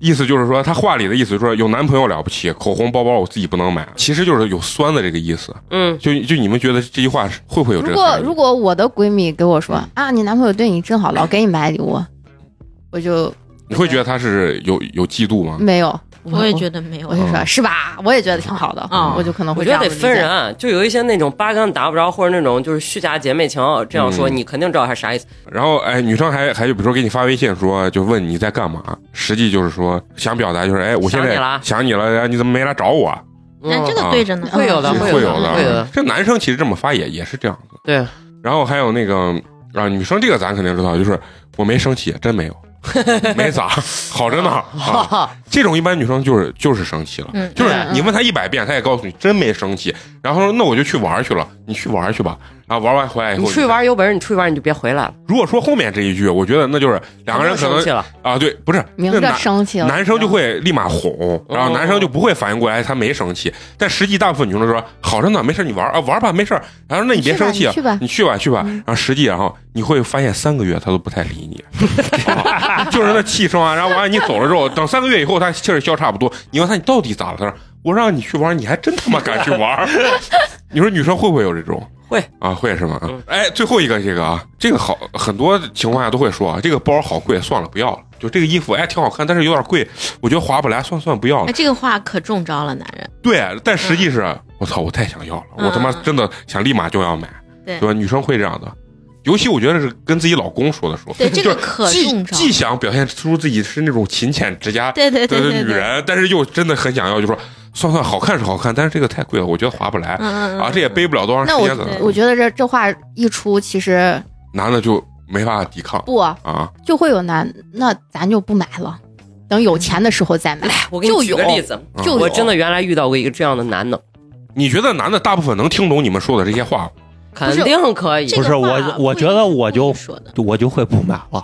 意思就是说，她话里的意思就是说有男朋友了不起，口红包包我自己不能买，其实就是有酸的这个意思。嗯，就就你们觉得这句话是会不会有这如个果含义？如果我的闺蜜给我说啊，你男朋友对你真好，老给你买礼物，我就你会觉得他是有有嫉妒吗？没有。我也觉得没有我，就哦说是吧，我也觉得挺好的，嗯我就可能我会觉这样得得子分理解人，啊，就有一些那种八竿子打不着，或者那种就是虚假姐妹情，这样说嗯你肯定知道他啥意思。然后哎，女生还还有比如说给你发微信说，就问你在干嘛，实际就是说想表达就是哎，我现想在你了想你了，哎你怎么没来找我啊？那这个对着呢，嗯会有的，是会有的，会有的。这男生其实这么发也也是这样的。对。然后还有那个啊，女生这个咱肯定知道，就是我没生气，真没 [laughs] 有，没咋，好着呢。啊， [laughs] 这种一般女生就是就是生气了，嗯就是嗯你问她一百遍，她也告诉你真没生气。然后说那我就去玩儿去了，你去玩儿去吧。然后玩完回来以后，你出去玩儿有本事，你出去玩儿你就别回来了。如果说后面这一句，我觉得那就是两个人可生气能了，啊，对，不是明那着男生气了，男生就会立马哄，然后男哦生就不会反应过来他没生气，但实际大部分女生都说好着呢，没事你玩儿啊玩儿吧，没事儿。然后那你别生气啊，去吧嗯你去吧去吧。然后实际然后你会发现三个月他都不太理你， [laughs] 啊就是那气声啊。然后完了你走了之后，等三个月以后他气儿消差不多，你问他你到底咋了？他说我让你去玩儿，你还真他妈敢去玩儿。你说女生会不会有这种？会啊，会是吗？啊嗯哎，最后一个这个啊，这个好，很多情况下都会说啊，这个包好贵，算了，不要了。就这个衣服，哎，挺好看，但是有点贵，我觉得划不来，算算不要了哎，。这个话可中招了，男人。对，但实际是，我操，我太想要了，我他妈嗯嗯嗯真的想立马就要买，对对吧？女生会这样的，尤其我觉得是跟自己老公说的时候，对，这就个是可既中招。既想表现出自己是那种勤俭持家的对对对对女对，人，但是又真的很想要，就说算算好看是好看，但是这个太贵了，我觉得划不来嗯嗯嗯啊，这也背不了多长那时我间的，我觉得这这话一出，其实男的就没法抵抗不啊。就会有男，那咱就不买了，等有钱的时候再买。 [laughs] 我给你就举个有例子，就我有真的原来遇到过一个这样的男的，你觉得男的大部分能听懂你们说的这些话吗？ [laughs] 肯是定可以。这不个是我话我不觉得一定我是就说的。我就会不买了。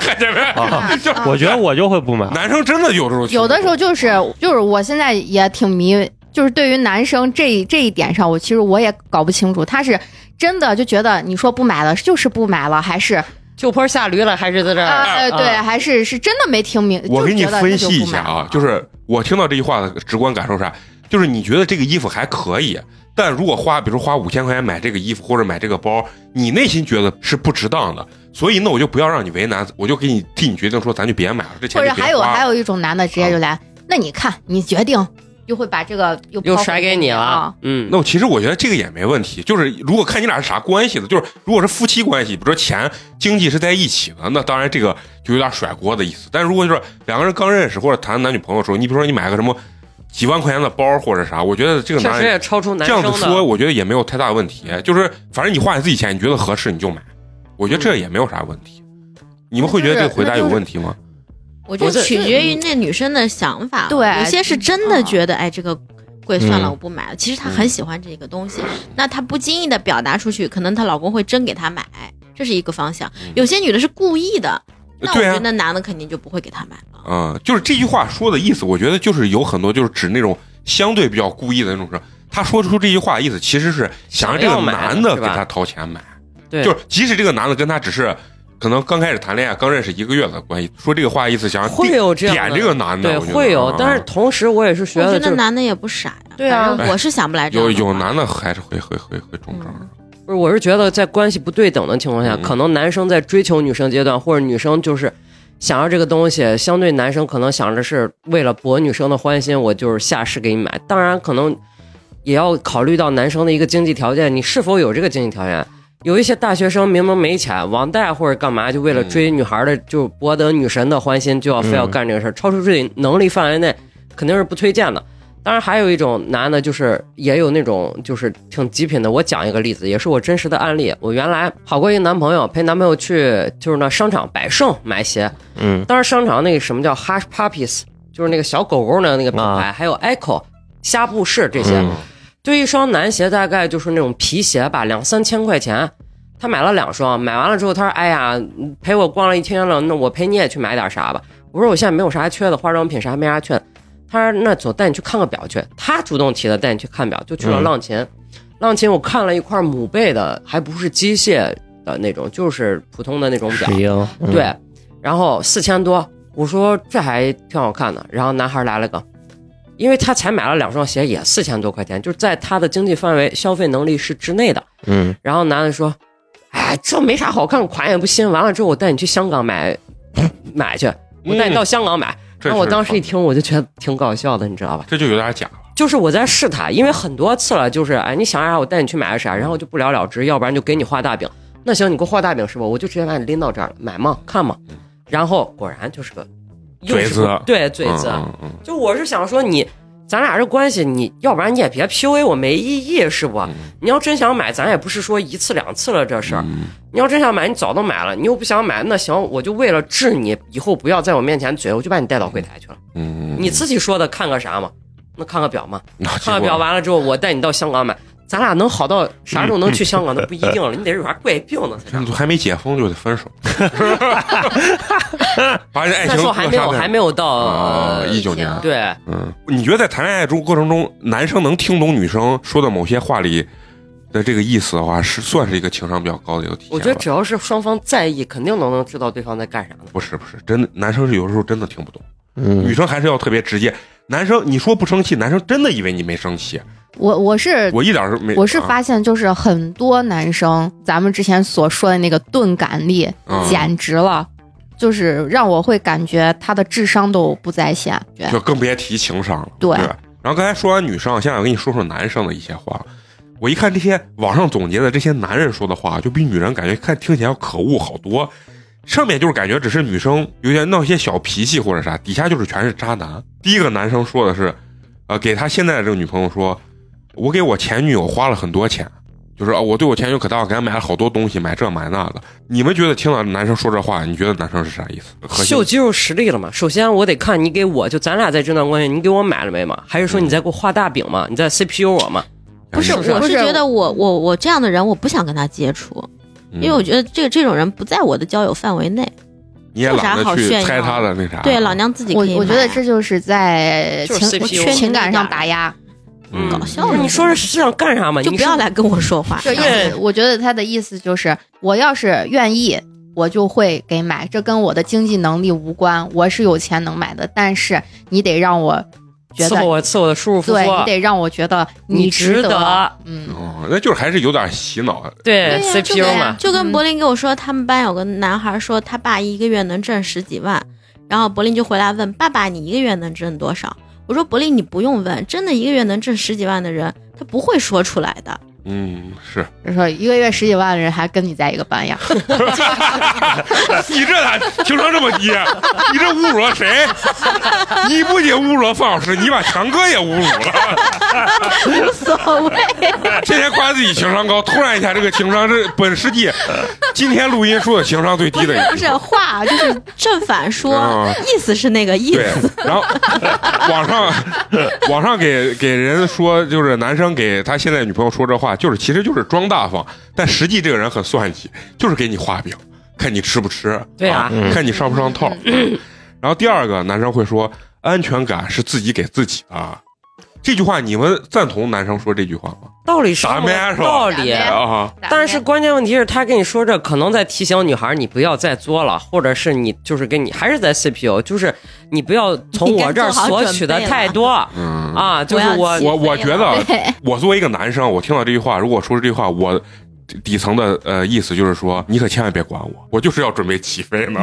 看见没？ [laughs] 啊就我觉得我就会不买。 [laughs] 男生真的有时候有的时候就是就是，我现在也挺迷，就是对于男生这这一点上，我其实我也搞不清楚，他是真的就觉得你说不买了就是不买了，还是就坡下驴了，还是在这儿？啊呃对，还是是真的没听明。嗯我给你就觉得分析一下那就不买啊了，就是我听到这句话的直观感受是啥？就是你觉得这个衣服还可以，但如果花，比如说花五千块钱买这个衣服或者买这个包，你内心觉得是不值当的，所以那我就不要让你为难，我就给你替你决定说，咱就别买了，这啊钱或者就别还有花了还有一种男的直接就来，那你看你决定，又会把这个又又抛甩回给你啊了。。嗯，那我其实我觉得这个也没问题，就是如果看你俩是啥关系的，就是如果是夫妻关系，比如说钱经济是在一起的，那当然这个就有点甩锅的意思。但如果就是两个人刚认识或者谈男女朋友的时候，你比如说你买个什么几万块钱的包或者啥，我觉得这个确男实人也超出男这生样的子说，我觉得也没有太大问题。就是反正你花你自己钱，你觉得合适你就买，我觉得这也没有啥问题。你们会觉得这个回答有问题吗？我觉我得这取决于嗯那女生的想法。对嗯有些是真的觉得，哎，这个贵算了，嗯我不买了。其实她很喜欢这个东西，那她不经意的表达出去，可能她老公会真给她买，这是一个方向。有些女的是故意的，那嗯我对啊觉得男的肯定就不会给她买了。嗯，就是这句话说的意思，我觉得就是有很多就是指那种相对比较故意的那种人。他说出这句话的意思，其实是想让这个想要买男的是给吧他掏钱买，对就是即使这个男的跟他只是可能刚开始谈恋爱，刚认识一个月的关系，说这个话意思想会有这样的点这个男的，对，我觉得会有啊。但是同时，我也是觉我得觉就得是男的也不傻呀，对啊反正我是想不来这样有的有话男的还是会会会会中招嗯的，不是，我是觉得在关系不对等的情况下，嗯可能男生在追求女生阶段，或者女生就是想要这个东西，相对男生可能想着是为了博女生的欢心，我就是下市给你买。当然，可能也要考虑到男生的一个经济条件，你是否有这个经济条件。有一些大学生明明没钱，网贷或者干嘛，就为了追女孩的，就博得女神的欢心，就要非要干这个事儿，超出自己能力范围内，肯定是不推荐的。当然，还有一种男的，就是也有那种就是挺极品的。我讲一个例子，也是我真实的案例。我原来好过一个男朋友，陪男朋友去就是那商场百盛买鞋。嗯，当时商场那个什么叫 Hush Puppies，就是那个小狗狗的那个品牌，还有 Echo 虾布士这些，啊嗯就一双男鞋大概就是那种皮鞋吧，两三千块钱。他买了两双，买完了之后他说：“哎呀，陪我逛了一天了，那我陪你也去买点啥吧。”我说：“我现在没有啥缺的，化妆品啥没啥缺的。”他说：“那走，带你去看个表去。”他主动提的，带你去看表，就去了嗯浪琴。浪琴我看了一块母贝的，还不是机械的那种，就是普通的那种表水。英，嗯，对，然后四千多，我说这还挺好看的。然后男孩来了个，因为他才买了两双鞋，也四千多块钱，就是在他的经济范围、消费能力是之内的。嗯，然后男的说：“哎，这没啥好看，款也不新。完了之后，我带你去香港 [laughs] 买买去，我带你到香港买。嗯这然后我是当时一好听，我就觉得挺搞笑的，你知道吧？这就有点假了。就是我在试探，因为很多次了，就是哎，你想啥，我带你去买个啥，然后就不了了之，要不然就给你画大饼。那行，你给我画大饼是不？我就直接把你拎到这儿了，买嘛，看嘛。嗯然后果然就是个又嘴是个子对嘴子。嗯嗯就我是想说你，哎咱俩这关系，你要不然你也别 PUA 我没意义，是不？嗯你要真想买，咱也不是说一次两次了这事儿。你要真想买，你早都买了。你又不想买，那行，我就为了治你，以后不要在我面前嘴，我就把你带到柜台去了。嗯嗯，你啊自己说的看个啥嘛？那看个表嘛。那结看完果表完了之后，我带你到香港买，咱俩能好到啥时候能去香港都不一定嗯了，你得是有啥怪病呢才这能。都还没解嗯封就得分 [laughs] 手， [laughs] 把这爱情那时候还没有还没有到呃啊，一九年，对，嗯，你觉得在谈恋爱中过程中，男生能听懂女生说的某些话里的这个意思的话，是算是一个情商比较高的一个体现吧。我觉得只要是双方在意，肯定能能知道对方在干啥呢。不是不是，真的，男生是有的时候真的听不懂，女嗯，生还是要特别直接。男生你说不生气，男生真的以为你没生气。我我呃是我一点儿没，我是啊发现，就是很多男生，咱们之前所说的那个钝感力嗯，简直了，就是让我会感觉他的智商都不在线。就更别提情商了。对吧然后刚才说完女生，现在我跟你说说男生的一些话。我一看这些网上总结的这些男人说的话，就比女人感觉看听起来要可恶好多。上面就是感觉只是女生有点闹一些小脾气或者啥，底下就是全是渣男。第一个男生说的是，呃，给他现在的这个女朋友说，我给我前女友花了很多钱，就是啊、我对我前女友可大，给她买了好多东西，买这买那的。你们觉得听到男生说这话，你觉得男生是啥意思？核心秀肌肉实力了嘛？首先我得看你给我就咱俩在这段关系，你给我买了没嘛？还是说你嗯在给我画大饼嘛？你在 CPU 我嘛？不是，哎是我是觉得我我我这样的人我不想跟他接触，嗯因为我觉得这这种人不在我的交友范围内。你也懒得去猜他的那啥。嗯对，老娘自己我可以买。啊我觉得这就是在就是情 CPU 情感上打压。嗯搞笑不了是，你说这是想干啥啊嘛？就你不说要来跟我说话。这意思，我觉得他的意思就是，我要是愿意，我就会给买，这跟我的经济能力无关，我是有钱能买的，但是你得让我觉伺得候，我伺候的舒舒服对你服，得让我觉得你值值得。嗯，哦，那就是还是有点洗脑。对对呀啊就 CPU 跟嘛，嗯就跟柏林跟我说，他们班有个男孩说他爸一个月能挣十几万，然后柏林就回来问爸爸：“你一个月能挣多少？”我说：“柏林，你不用问，真的一个月能挣十几万的人，他不会说出来的。嗯，是 [laughs] 就说一个月十几万的人还跟你在一 [laughs] 个班呀，你这咋情商这么低？你这侮辱了谁？你不仅侮辱了范老师，你把强哥也侮辱了。 [laughs] 无 [laughs] 所谓。之前夸自己情商高，突然一下这个情商是本师弟今天录音说的情商最低的一不次。是话，就是正反说，啊意思是那个意对思。，然后网上 [laughs] 网上给给人说，就是男生给他现在女朋友说这话，就是其实就是装大方，但实际这个人很算计，就是给你画饼，看你吃不吃，对啊嗯看你上不上套。然后第二个男生会说，安全感是自己给自己的，啊这句话你们赞同男生说这句话吗？道理说打麦是吧道理打。麦啊，但是关键问题是，他跟你说这可能在提醒女孩，你不要再作了，或者是你就是跟你还是在 CPU，就是你不要从我这儿索取的太多嗯，啊，就是我我要我我觉得啊 [laughs] 对，我作为一个男生，啊我听到这句话，如果说是这句话，我底底层的呃意思就是说，你可千万别管我，我就是要准备起飞呢。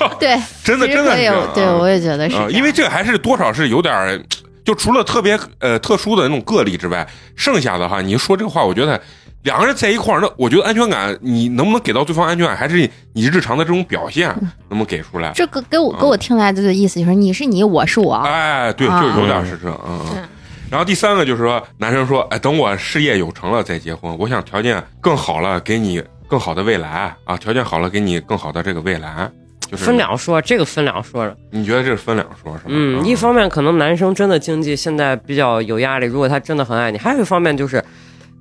[laughs] [laughs] 对，真的，其实真的可是这以样啊，对我也觉得是这啊，样，因为这还是多少是有点儿，就除了特别呃特殊的那种个例之外，剩下的哈，你说这个话，我觉得两个人在一块儿，那我觉得安全感，你能不能给到对方安全感，还是你日常的这种表现嗯能不能给出来？这个给我啊给我听来的意思就是你是你，我是我，哎，对，啊就有点是这，嗯嗯嗯。然后第三个就是说，男生说，哎，等我事业有成了再结婚，我想条件更好了，给你更好的未来啊，条件好了，给你更好的这个未来，就是分两说，这个分两说着。你觉得这是分两说是吧？嗯，一方面可能男生真的经济现在比较有压力，如果他真的很爱你，还有一方面就是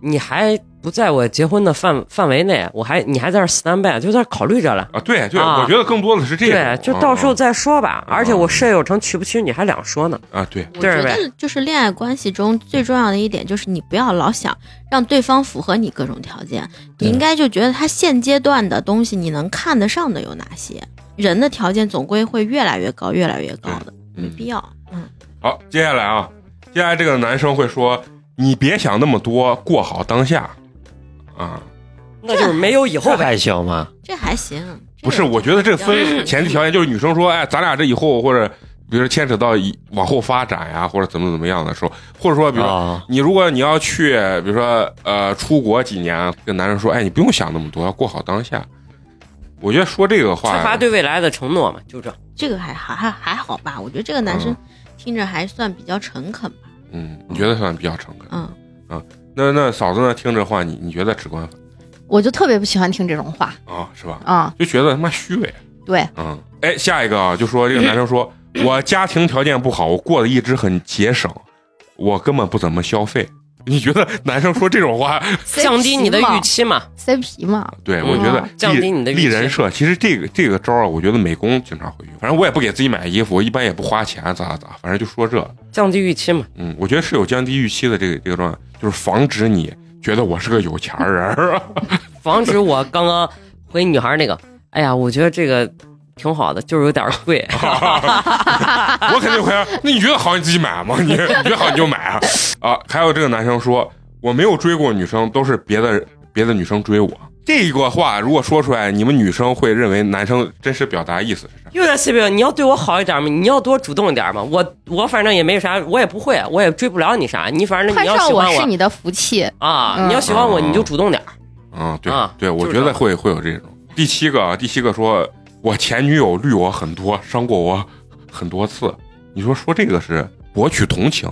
你还不在我结婚的范范围内，我还你还在这儿 stand by，就在这儿考虑着了。啊，对对，啊我觉得更多的是这对个，，就到时候啊再说吧。嗯而且我事业有成娶不娶你还两说呢。啊，对，我对觉呗得就是恋爱关系中最重要的一点就是你不要老想让对方符合你各种条件，你对应该就觉得他现阶段的东西你能看得上的有哪些。人的条件总归会越来越高，越来越高的，没嗯必要。嗯，好，接下来啊，接下来这个男生会说：“你别想那么多，过好当下。”啊，那就是没有以后这呗。还行吧？这还行。不是，我觉得这分前提条件就是女生说：“哎，咱俩这以后或者，比如说牵扯到以往后发展呀，或者怎么怎么样的时候，或者说，比如说啊，你如果你要去，比如说呃出国几年，跟男生说：‘哎，你不用想那么多，要过好当下。’我觉得说这个缺话，乏对未来的承诺嘛，就这。这个还还还还好吧，我觉得这个男生听着还算比较诚恳吧。嗯，你觉得算比较诚恳。嗯，那那嫂子呢？听这话，你你觉得直观我就特别不喜欢听这种话啊，是吧？啊、就觉得他妈虚伪。对，嗯，哎，下一个啊，就说这个男生 [coughs] 说，我家庭条件不好，我过得一直很节省，我根本不怎么消费。你觉得男生说这种话， [laughs] 降低你的预期嘛。塞皮嘛，对嗯我觉得降低你的预立期人设，其实这个这个招儿啊，我觉得美工经常会用。反正我也不给自己买衣服，我一般也不花钱，咋咋咋，反正就说这。降低预期嘛，嗯，我觉得是有降低预期的这个这个状态，就是防止你觉得我是个有钱人儿。防止我刚刚回女孩那个，哎呀，我觉得这个挺好的，就是有点贵。 [laughs] 我肯定会啊。那你觉得好你自己买啊吗？你 [laughs] 你觉得好你就买啊啊！还有这个男生说，我没有追过女生，都是别的别的女生追我。这个话如果说出来，你们女生会认为男生真实表达意思是啥？又在 CPU，你要对我好一点嘛，你要多主动一点嘛。我我反正也没啥，我也不会，我也追不了你啥。你反正你看要上喜我欢是你的福气，啊，嗯你要喜欢我嗯你就主动点儿。嗯，对啊对，我就是觉这得样会会有这种。第七个，啊，第七个说，我前女友绿我很多，伤过我很多次。你说说这个是博取同情？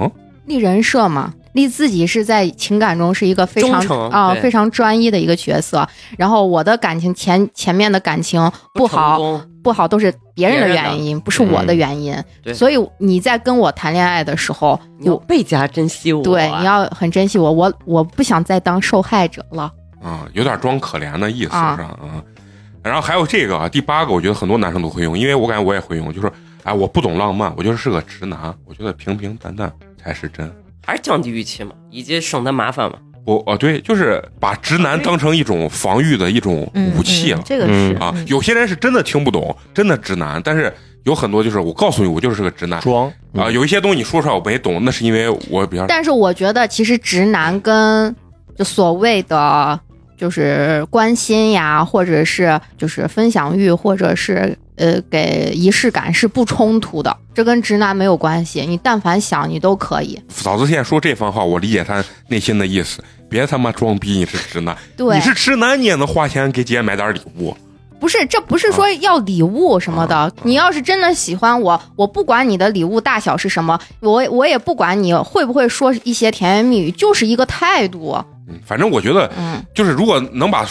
立人设嘛，立自己是在情感中是一个非常忠诚啊、对非常专一的一个角色。然后我的感情前前面的感情不好成不功，好都是别人的原因，不是我的原因。嗯对所以你在跟我谈恋爱的时候，你要我倍加珍惜我。啊对你要很珍惜我，我我不想再当受害者了。啊，有点装可怜的意思啊是吧？啊，然后还有这个啊，第八个，我觉得很多男生都会用，因为我感觉我也会用，就是哎，我不懂浪漫，我就是个直男，我觉得平平淡淡才是真。还是降低预期嘛，以及省得麻烦嘛。我哦，对，就是把直男当成一种防御的一种嗯，武器了嗯、、这个是、嗯啊。有些人是真的听不懂，真的直男，但是有很多就是我告诉你，我就是个直男装啊。有一些东西你说出来我没懂，那是因为我比较但是我觉得，其实直男跟就所谓的就是关心呀，或者是就是分享欲，或者是呃给仪式感是不冲突的，这跟直男没有关系。你但凡想，你都可以。嫂子现在说这番话，我理解她内心的意思。别他妈装逼，你是直男，对你，是直男，你也能花钱给姐买点礼物。不是这不啊是说要礼物什么的。你要是真的喜欢我，我不管你的礼物大小是什么，我我也不管你会不会说一些甜言蜜语，就是一个态度。嗯，反正我觉得，嗯，就是如果能把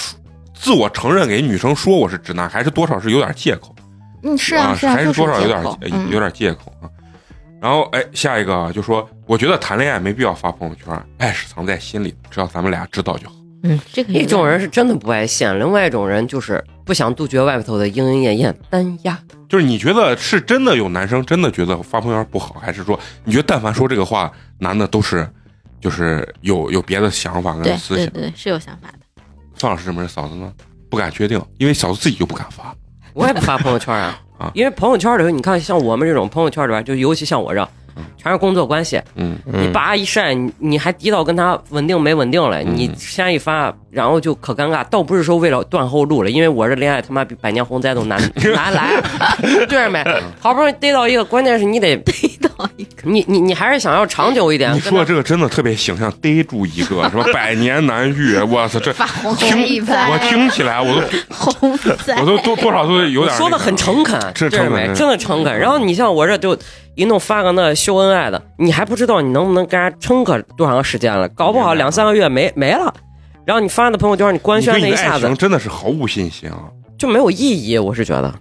自我承认给女生说我是直男，还是多少是有点借口，嗯，是啊，是啊，还就是多少有借点口呃嗯有点借口啊。然后哎，下一个啊，就说我觉得谈恋爱没必要发朋友圈，爱是藏在心里，只要咱们俩知道就好。嗯，这个有一种点人是真的不爱现，另外一种人就是不想杜绝外头的莺莺燕燕单压。就是你觉得是真的有男生真的觉得发朋友圈不好，还是说你觉得但凡说这个话，男的都是就是有有别的想法对跟思对想？对，是有想法的。范老师这门嫂子呢，不敢决定，因为嫂子自己就不敢发。我也不发朋友圈啊啊，因为朋友圈里头，你看像我们这种朋友圈里边，就尤其像我这，全是工作关系，嗯，嗯你叭一晒，你你还提到跟他稳定没稳定了，嗯你先一发，然后就可尴尬。倒不是说为了断后路了，因为我这恋爱他妈比百年洪灾都 [laughs] 难难来，啊对没？嗯好不容易逮到一个，关键是你得逮到一个，你你你还是想要长久一点。你跟说他这个真的特别形象，逮住一个什么百年难 [laughs] 遇，我操，这发红听红一番， [laughs] 我听起来我都 [laughs] 红仔，我都多多少都有我点说那的个很诚恳，是这诚恳没是真的诚恳。然后你像我这就一弄发个那秀恩爱的，你还不知道你能不能跟人家撑个多长时间了，搞不好明白两三个月没没了。然后你发的朋友圈，你官你对宣那你一的下爱子情真的是毫无信心啊！就没有意义，我是觉得。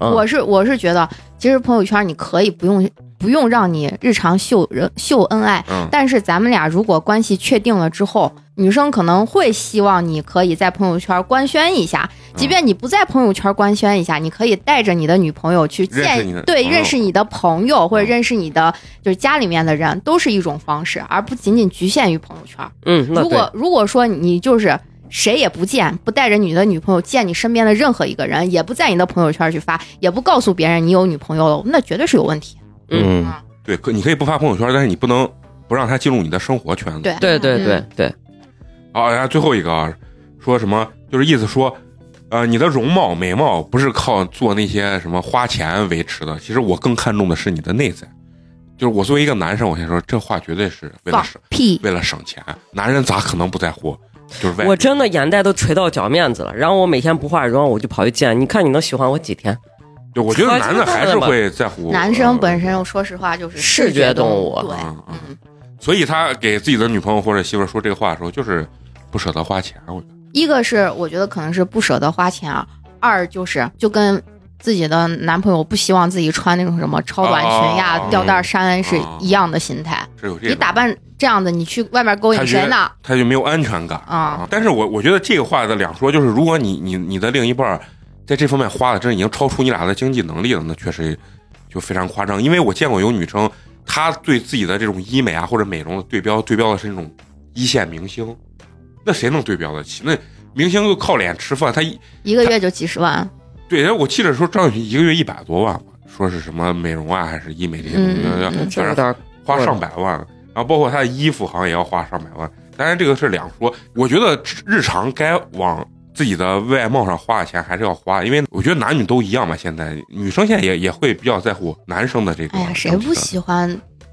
嗯我是我是觉得，其实朋友圈你可以不用不用让你日常秀人秀恩爱，嗯，但是咱们俩如果关系确定了之后，女生可能会希望你可以在朋友圈官宣一下，嗯即便你不在朋友圈官宣一下，你可以带着你的女朋友去认识你见的对朋友嗯认识你的朋友或者认识你的就是家里面的人，都是一种方式，而不仅仅局限于朋友圈。嗯，那如对果如果说你就是谁也不见，不带着你的女朋友见你身边的任何一个人，也不在你的朋友圈去发，也不告诉别人你有女朋友了，那绝对是有问题。嗯，对，可你可以不发朋友圈，但是你不能不让他进入你的生活圈子。对对对对嗯对，啊，然后最后一个啊，说什么就是意思说，呃，你的容貌美貌不是靠做那些什么花钱维持的，其实我更看重的是你的内在。就是我作为一个男生，我先说这话绝对是为了放省屁！为了省钱，男人咋可能不在乎？就是外我真的眼袋都垂到脚面子了。然后我每天不化妆，我就跑去见，你看你能喜欢我几天？对，我觉得我男的还是会在乎男生本呃身，说实话就是视觉觉动物啊对，嗯嗯嗯，所以他给自己的女朋友或者媳妇儿说这个话的时候，就是不舍得花钱。我觉得一个是我觉得可能是不舍得花钱啊，二就是就跟。自己的男朋友不希望自己穿那种什么超短啊裙呀、哦吊带衫是一样的心态。是有这种，你打扮这样的，你去外面勾他引觉得谁呢？他就没有安全感啊。但是我我觉得这个话的两说，就是如果你你你的另一半儿在这方面花的真的已经超出你俩的经济能力了，那确实就非常夸张。因为我见过有女生，她对自己的这种医美啊或者美容的对标，对标的是那种一线明星，那谁能对标得起？那明星就靠脸吃饭，他一一个月就几十万，对，然后我记得说张小娴一个月一百多万吧，说是什么美容啊还是医美这些东西，嗯嗯嗯这反正有点儿花上百万，然后包括他的衣服好像也要花上百万。当然这个是两说，我觉得日常该往自己的外貌上花的钱还是要花，因为我觉得男女都一样嘛。现在女生现在也也会比较在乎男生的这个。哎呀，谁不？喜欢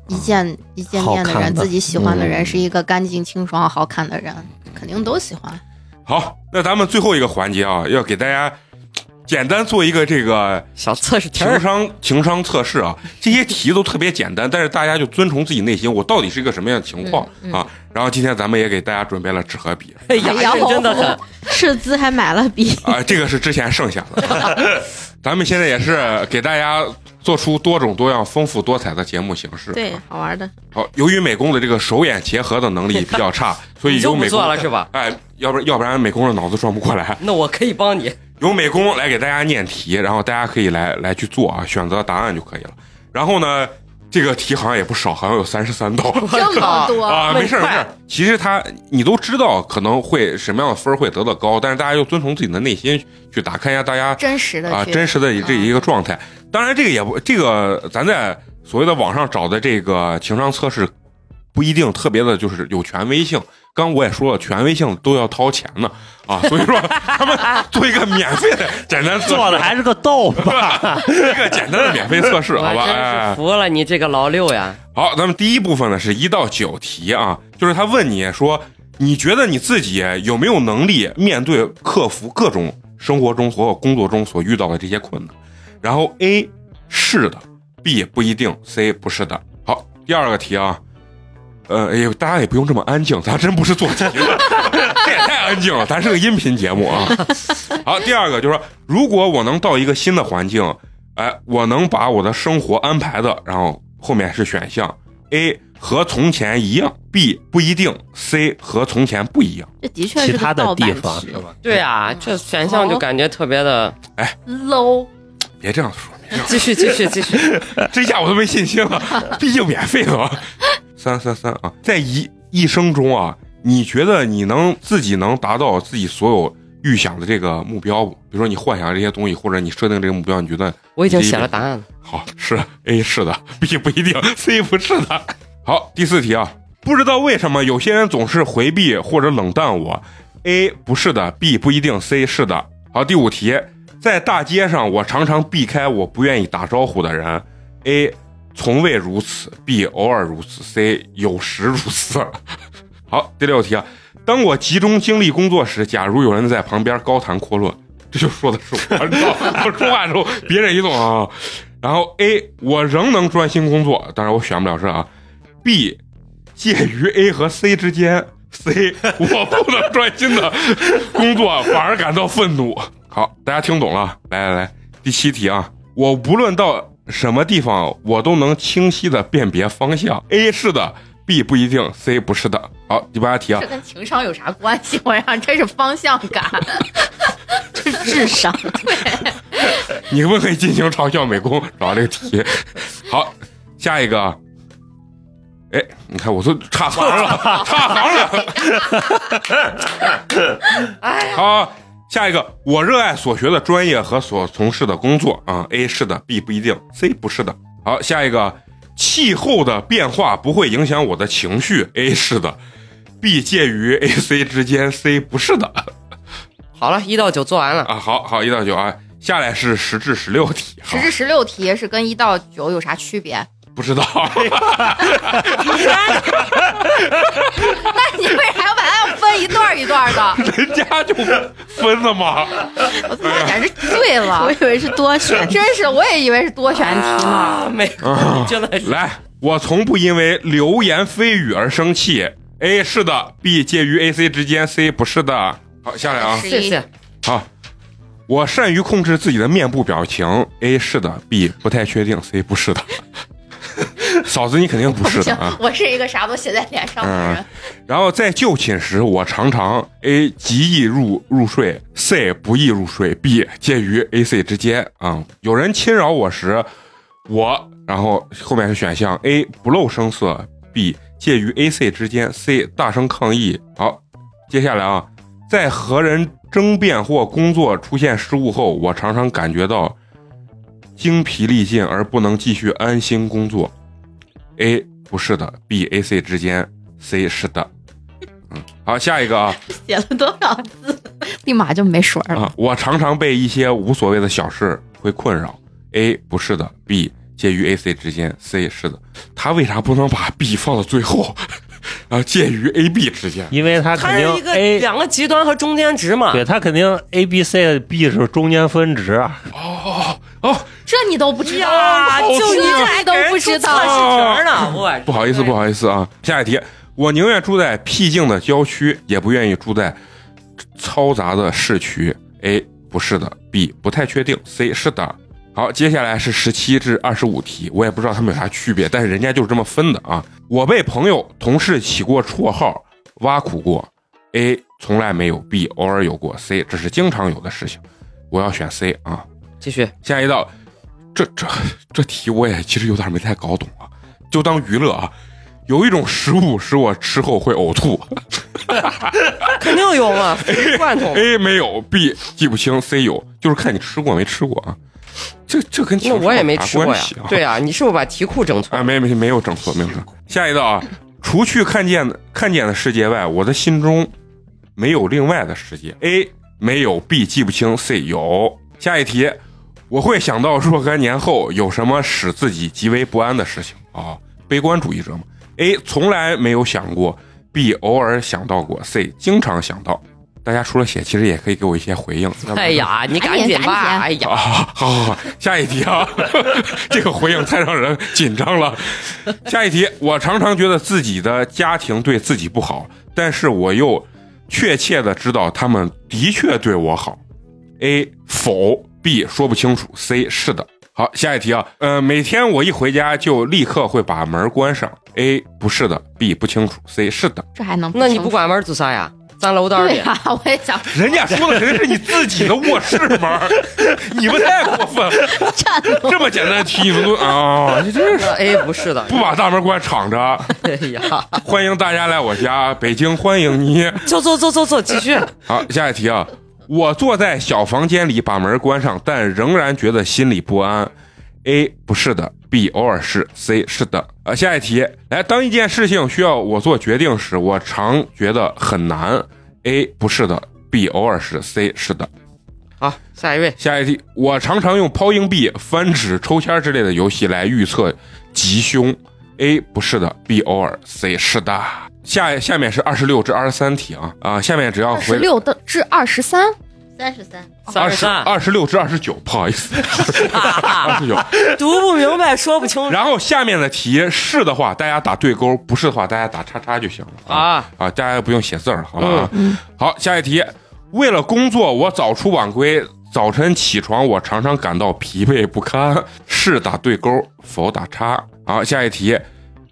一见一见面的好人，看的自己喜欢的人嗯是一个干净清爽、好看的人，肯定都喜欢。好，那咱们最后一个环节啊，要给大家简单做一个这个小测试题情儿。商情商测试啊，这些题都特别简单，但是大家就遵从自己内心，我到底是一个什么样的情况、嗯啊？然后今天咱们也给大家准备了纸和笔哎呀，然这后真的很，斥资还买了笔，啊，这个是之前剩下的， [laughs] 咱们现在也是给大家做出多种多样、丰富多彩的节目形式。对，好玩的。好，由于美工的这个手眼结合的能力比较差，所以你就由不美做了工是吧？哎，要不然要不然美工的脑子转不过来， [laughs] 那我可以帮你。由美工来给大家念题，然后大家可以来来去做啊，选择答案就可以了。然后呢，这个题好像也不少，好像有三十三 [laughs] 道。这么多， [laughs] 啊，那没事儿没快事儿。其实他你都知道可能会什么样的分儿会得到高，但是大家就遵从自己的内心去打，看一下大家真实的啊去真实的嗯这一个状态。当然，这个也不这个咱在所谓的网上找的这个情商测试，不一定特别的就是有权威性。刚我也说了，权威性都要掏钱呢啊，所以说 [laughs] 他们做一个免费的简单测做的还是个豆吧。一个简单的免费测试，我好吧？真哎是服了你这个老六呀！好，咱们第一部分呢是一到九题啊，就是他问你说，你觉得你自己有没有能力面对克服各种生活中所有工作中所遇到的这些困难？然后 A 是的，B 不一定，C 不是的。好，第二个题啊，呃，哎呦，大家也不用这么安静，咱真不是做题的，这也 [laughs] 太安静了，咱是个音频节目啊。好，第二个就是说，如果我能到一个新的环境，哎，我能把我的生活安排的，然后后面是选项 A 和从前一样，B 不一定，C 和从前不一样。这的确是其个他的盗版地方题是吧嗯 [laughs] 对啊，这选项就感觉特别的 low。别这样说，继续继续继续， [laughs] 这下我都没信心 [laughs] 了，毕竟免费的嘛。三三三啊，在一一生中啊，你觉得你能自己能达到自己所有预想的这个目标不？比如说你幻想这些东西，或者你设定这个目标，你觉得我已经写了答案了。好是 A 是的，B 不一定，C 不是的。好，第四题啊，不知道为什么有些人总是回避或者冷淡我。A 不是的，B 不一定，C 是的。好，第五题，在大街上我常常避开我不愿意打招呼的人。A 从未如此，B 偶尔如此，C 有时如此。 [laughs] 好，第六题啊，当我集中精力工作时，假如有人在旁边高谈阔论，这就说的是我，你知道吗， [laughs] 我说话的时候别人一动啊。然后 A 我仍能专心工作，当然我选不了这啊。B 介于 A 和 C 之间，C [laughs] 我不能专心的工作， [laughs] 反而感到愤怒。好，大家听懂了？啊来来来，第七题啊，我无论到什么地方，我都能清晰的辨别方向。A 是的，B 不一定，C 不是的。好，第八题啊这，跟情商有啥关系？ [laughs] 我让真是方向感，这智商。 [laughs] [laughs] 你们可以进行嘲笑美工找这个题。 [laughs] 好，下一个啊。哎，你看我都差行了，差行了。好，下一个，我热爱所学的专业和所从事的工作啊。A 是的，B 不一定，C 不是的。好，下一个，气候的变化不会影响我的情绪。A 是的，B 介于 A、C 之间，C 不是的。好了，一到九做完了，啊，好好一到九啊，下来是十至十六题，好十至十六题是跟一到九有啥区别？ [laughs] 不知道， [laughs] 那你为啥要把它要分一段儿一段儿 [laughs] 的？人家就分了嘛。我他妈简直醉了 [laughs] 我！以为是多选题，真是，我也以为是多选题呢。啊，美工啊真的是来，我从不因为流言蜚语而生气。A 是的，B 介于 A、C 之间，C 不是的。好，下来啊，十谢一谢。好，我善于控制自己的面部表情。A 是的，B 不太确定，C 不是的。嫂子，你肯定不是的行啊，。我是一个啥都写在脸上的人。嗯然后在就寝时，我常常 A 极易入入睡，C 不易入睡，B 介于 A、C 之间啊、有人侵扰我时，我然后后面是选项 A 不露声色，B 介于 A、C 之间，C 大声抗议。好，接下来啊，在和人争辩或工作出现失误后，我常常感觉到精疲力尽而不能继续安心工作。A 不是的，B、A、C 之间，C 是的。嗯，好，下一个啊写了多少字？立马就没水儿了。啊，我常常被一些无所谓的小事会困扰。A 不是的，B 介于 A、C 之间，C 是的。他为啥不能把 B 放到最后， [laughs] 然后介于 A、B 之间？ [laughs] 因为他它肯是一定个 A，两个极端和中间值嘛。对他肯定 A、B、C、B 是中间分值，哦哦，这你都不知道？呀，好啊就听你这还给人都不知道出测试题呢，哦我啊不好意思，对不好意思啊。下一题，我宁愿住在僻静的郊区，也不愿意住在嘈杂的市区。A 不是的，B 不太确定，C 是的。好，接下来是十七至二十五题，我也不知道他们有啥区别，但是人家就是这么分的啊。我被朋友、同事起过绰号，挖苦过。A 从来没有，B 偶尔有过，C 这是经常有的事情。我要选 C 啊。继续。下一道，这这这题我也其实有点没太搞懂啊，就当娱乐啊。有一种食物使我吃后会呕吐肯定有 [laughs] 嘛，罐头。 ，A 没有，B 记不清，C 有，就是看你吃过没吃过啊。这这跟情那我也况没有啥吃过关呀系啊。。对啊，你是不是把题库整错？啊，没没没有整错，没有整错。下一道啊，除去看见的看见的世界外，我的心中没有另外的世界。A 没有，B 记不清，C 有。下一题，我会想到若干年后有什么使自己极为不安的事情啊、悲观主义者嘛。A 从来没有想过，B 偶尔想到过，C 经常想到。大家除了写，其实也可以给我一些回应。要不然哎呀，你赶紧吧！哎赶呀，啊，好好好，下一题啊， [laughs] 这个回应太让人紧张了。下一题，我常常觉得自己的家庭对自己不好，但是我又确切的知道他们的确对我好。A 否，B 说不清楚，C 是的。好，下一题啊，呃，每天我一回家就立刻会把门关上。A 不是的，B 不清楚，C 是的。这还能？那你不？管玩儿自杀呀？咱楼道啊里，对呀、我也想人家说的肯定是你自己的卧室门儿，你们太过分了，站这么简单的题你们都啊，你这是哎，不是的，不把大门关敞着，哎 [laughs] 呀，欢迎大家来我家，北京欢迎你。走走走走走，继续。好，下一题啊，我坐在小房间里把门关上，但仍然觉得心里不安。A 不是的，B 偶尔是，C 是的。呃，下一题，来，当一件事情需要我做决定时，我常觉得很难。A 不是的，B 偶尔是，C 是的。好，下一位，下一题，我常常用抛硬币、翻纸、抽签之类的游戏来预测吉凶。A 不是的，B 偶尔，C 是的。下下面是二十六至二十三题啊啊、下面只要二十回六的至二十三， [laughs] 三十三，二三十三，二十六至二十九，不好意思，二十九。 [laughs] 读不明白，说不清楚。然后下面的题是的话，大家打对勾；不是的话，大家打叉叉就行了啊啊，啊！大家不用写字儿了，好吧？啊好，下一题。为了工作，我早出晚归，早晨起床我常常感到疲惫不堪。是打对勾，否打叉。好，下一题。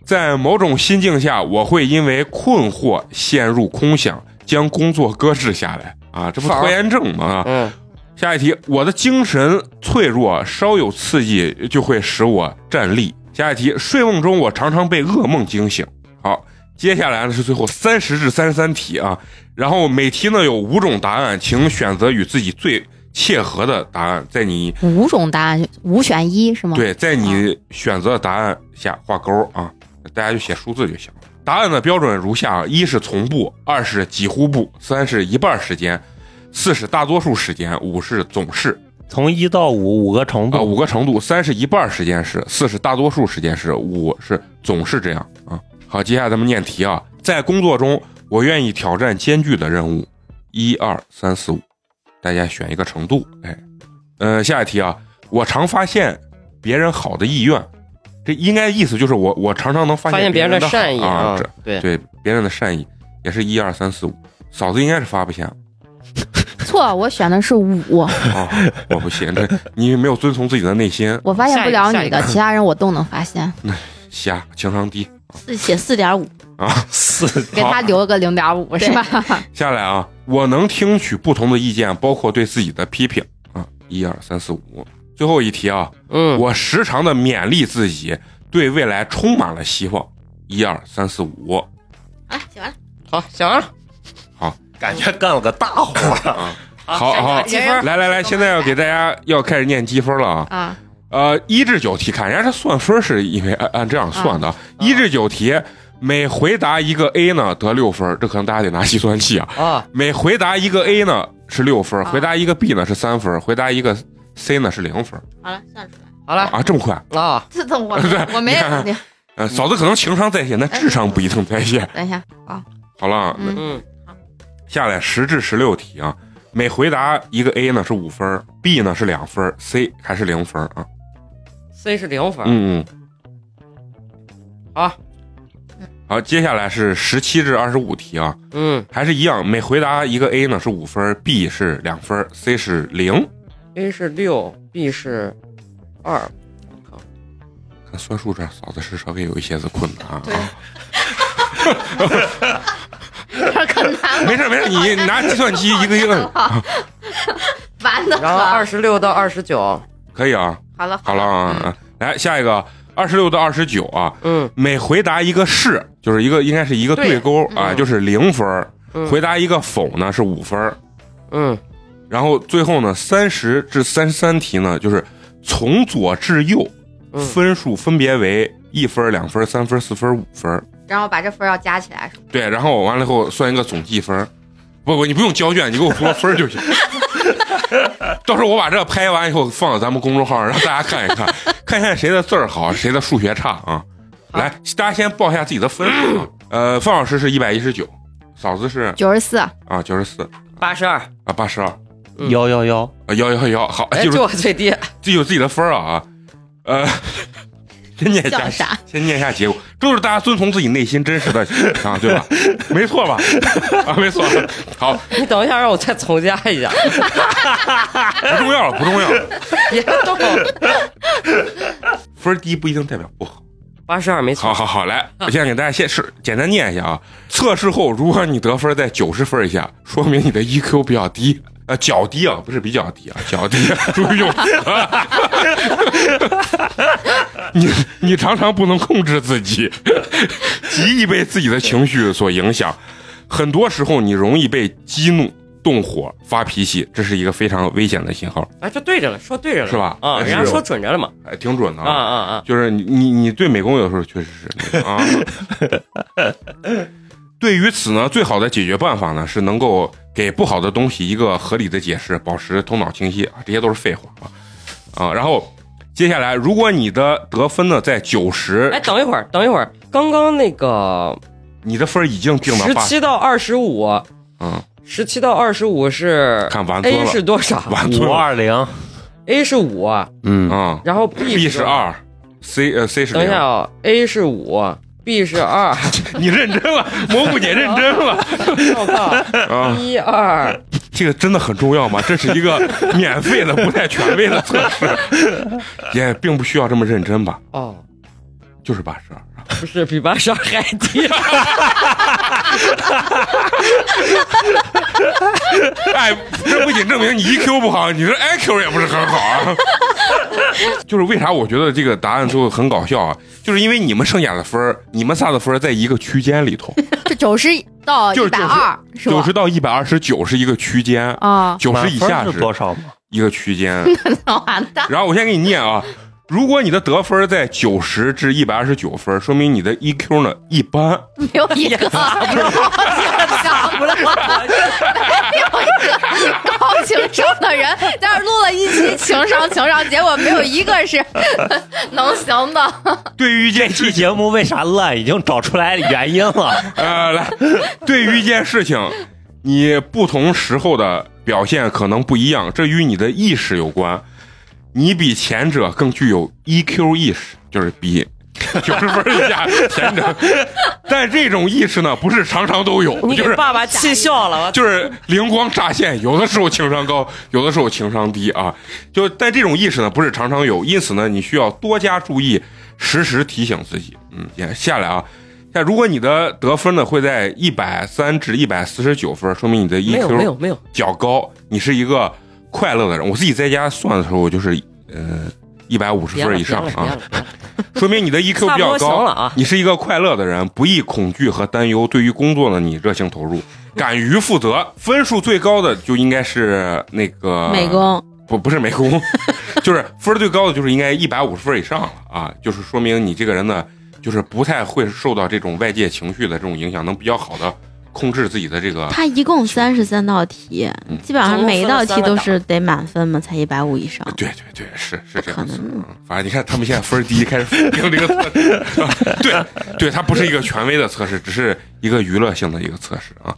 在某种心境下，我会因为困惑陷入空想，将工作搁置下来啊！这不拖延症吗？啊嗯，下一题，我的精神脆弱，稍有刺激就会使我站立。下一题，睡梦中我常常被噩梦惊醒。好，接下来呢是最后三十至三十三题啊，然后每题呢有五种答案，请选择与自己最切合的答案，在你五种答案五选一是吗？，对在你选择的答案下画勾啊，大家就写数字就行了。答案的标准如下：啊：一是从不，二是几乎不，三是一半时间，四是大多数时间，五是总是。从一到五五个程啊、度，五个程度，三是一半儿时间是，四是大多数时间是，五是总是这样啊。好，接下来咱们念题啊，在工作中，我愿意挑战艰巨的任务，一二三四五，大家选一个程度，哎，呃，下一题啊，我常发现别人好的意愿，这应该意思就是我我常常能发发现现别人的的好善意啊啊，这对，对别人的善意也是一二三四五，嫂子应该是发不下错，我选的是五，啊，我不信，这你没有遵从自己的内心，我发现不了你下一的，其他人我都能发现，瞎情商低四写四点五，啊，四给他留了个零点五是吧？下来啊，我能听取不同的意见，包括对自己的批评啊。一二三四五，最后一题啊，嗯，我时常的勉励自己，对未来充满了希望。一二三四五，好啊了，写完了。好，啊写完了，感觉干了个大活儿。好好，积分来来来，现在要给大家要开始念积分了啊。啊，呃，一至九题，看人家这算分是因为按按这样算的，啊、嗯一至九题。每回答一个 A 呢得六分，这可能大家得拿计算器啊。啊，每回答一个 A 呢是六嗯分，回答一个 B 呢是三分，回答一个 C 呢是零分。好了，算出来。好了，啊，这么快？啊， [laughs] 这怎我我没有你呃，嫂子可能情商在线，但智商不一定在线。等一下，好了啊，嗯嗯，下来十至十六题啊，每回答一个 A 呢是五分儿，B 呢是两分儿，C 还是零分儿啊？ C 是零分，嗯嗯。好，好，接下来是十七至二十五题啊，嗯还是一样，每回答一个 A 呢是五分儿，B 是两分儿，C 是零。 ，A 是六，B 是二，看算术这嫂子是稍微有一些子困难啊。可难没事儿没事儿，你拿计算机一个一个完的然后二了。十六到二十九，可以啊。好了好了啊，啊来下一个二十六到二十九啊，嗯每回答一个是，就是一个应该是一个对勾啊，就是零分儿；嗯回答一个否呢是五分儿。嗯，然后最后呢，三十至三十三题呢，就是从左至右，嗯分数分别为一分儿、两分儿、三分儿、四分儿、五分儿。然后把这分儿要加起来，对，然后完了以后算一个总计分儿。不不，你不用交卷，你给我说分儿就行。 [laughs] 到时候我把这拍完以后放到咱们公众号上，让大家看一看，看一下谁的字儿好，谁的数学差啊。来，大家先报一下自己的分数啊。呃，范老师是一百一十九，嫂子是九十四，啊九十四八十二，啊八十二嗯 [laughs] 幺幺 [laughs] 幺，幺幺幺。好，哎，记就住我最低，记住自己的分儿啊。呃，先念一下笑啥，先念一下结果，都是大家遵从自己内心真实的啊，对吧？没错吧？ [laughs] 啊，没错。好，你等一下，让我再重加一下，不重 [laughs] 要了，不重要了。别动，分儿低不一定代表不好，八十二没好错，好好，来，我先给大家先是简单念一下啊。测试后，如果你得分在九十分以下，说明你的 EQ 比较低，呃，较低啊，不是比较低啊，较低，注意用 [laughs] 词啊。你你常常不能控制自己，极易被自己的情绪所影响，很多时候你容易被激怒、动火、发脾气，这是一个非常危险的信号，哎，这对着了，说对着了，是？吧？啊，人家说准着了嘛，哎，挺准的啊啊啊，就是你你你对美工有时候确实是那个啊。啊对于此呢，最好的解决办法呢是能够给不好的东西一个合理的解释，保持头脑清晰啊，这些都是废话啊啊。然后接下来，如果你的得分呢在九十、哎，等一会儿，等一会儿，刚刚那个你的分儿已经定到十八，七到二十五，嗯，十七到二十五是看完尊 A 是了，多少完五尊了二零， ？A 是五，嗯，啊然后 B ，B 是。二，C 呃 C 是等一零下，啊，A 是五，B 是 [laughs] 二，你认真了，蘑菇姐认真 [laughs] 了我靠，啊。一二，这个真的很重要吗？这是一 [laughs] 个免费的、不太权威的测试，也并不需要这么认真吧？哦，就是八十二，不是比八十二还 [laughs] 低，哎，这不仅证明你 EQ 不好，你这 IQ 也不是很好啊。 [laughs] 就是为啥我觉得这个答案最后很搞笑啊？就是因为你们剩下的分儿，你们仨的分儿在一个区间里头，这九十到就一是百二是九吧十？到一百二十九是一个区间，啊，九十以下满分是是多少嘛？一个区间。 [laughs] 完蛋！然后我先给你念啊，如果你的得分在九十至一百二十九分，说明你的 EQ 呢一般。没有一个， [laughs] 想不了，没有一个高情商的人在这儿录了一期情商情商，结果没有一个是 [laughs] 能行的。对于一件这 [laughs] 节目为啥烂？已经找出来原因了。呃，来， [laughs] 对于一件事情，你不同时候的表现可能不一样，这与你的意识有关。你比前者更具有 EQ 意识，就是比九十分以下前 [laughs] 者，但这种意识呢，不是常常都有，你就给是爸爸气笑了，我就是灵光乍现，有的时候情商高，有的时候情商低啊。就但这种意识呢，不是常常有，因此呢，你需要多加注意，时时提醒自己。嗯，也下来啊。那如果你的得分呢会在一百三至一百四十九分，说明你的没有没有 EQ 没有，较高，你是一个快乐的人。我自己在家算的时候，我就是呃一百五十别了分以别上了别啊了，，别了说明你的 EQ [laughs] 差比不较多行高了啊。你是一个快乐的人，不易恐惧和担忧。对于工作呢，你热情投入，敢于负责。分数最高的就应该是那个美，工，不不是美工， [laughs] 就是分儿最高的就是应该一百五十分以上了啊，就是说明你这个人呢，就是不太会受到这种外界情绪的这种影响，能比较好的控制自己的这个。他一共三十三道题嗯，基本上每一道题都是得满分嘛，才一百五以上。对对对，是是这样子。不可能嗯反正你看他们现在分儿低，开始否定这个测试。对对，它不是一个权威的测试，只是一个娱乐性的一个测试啊。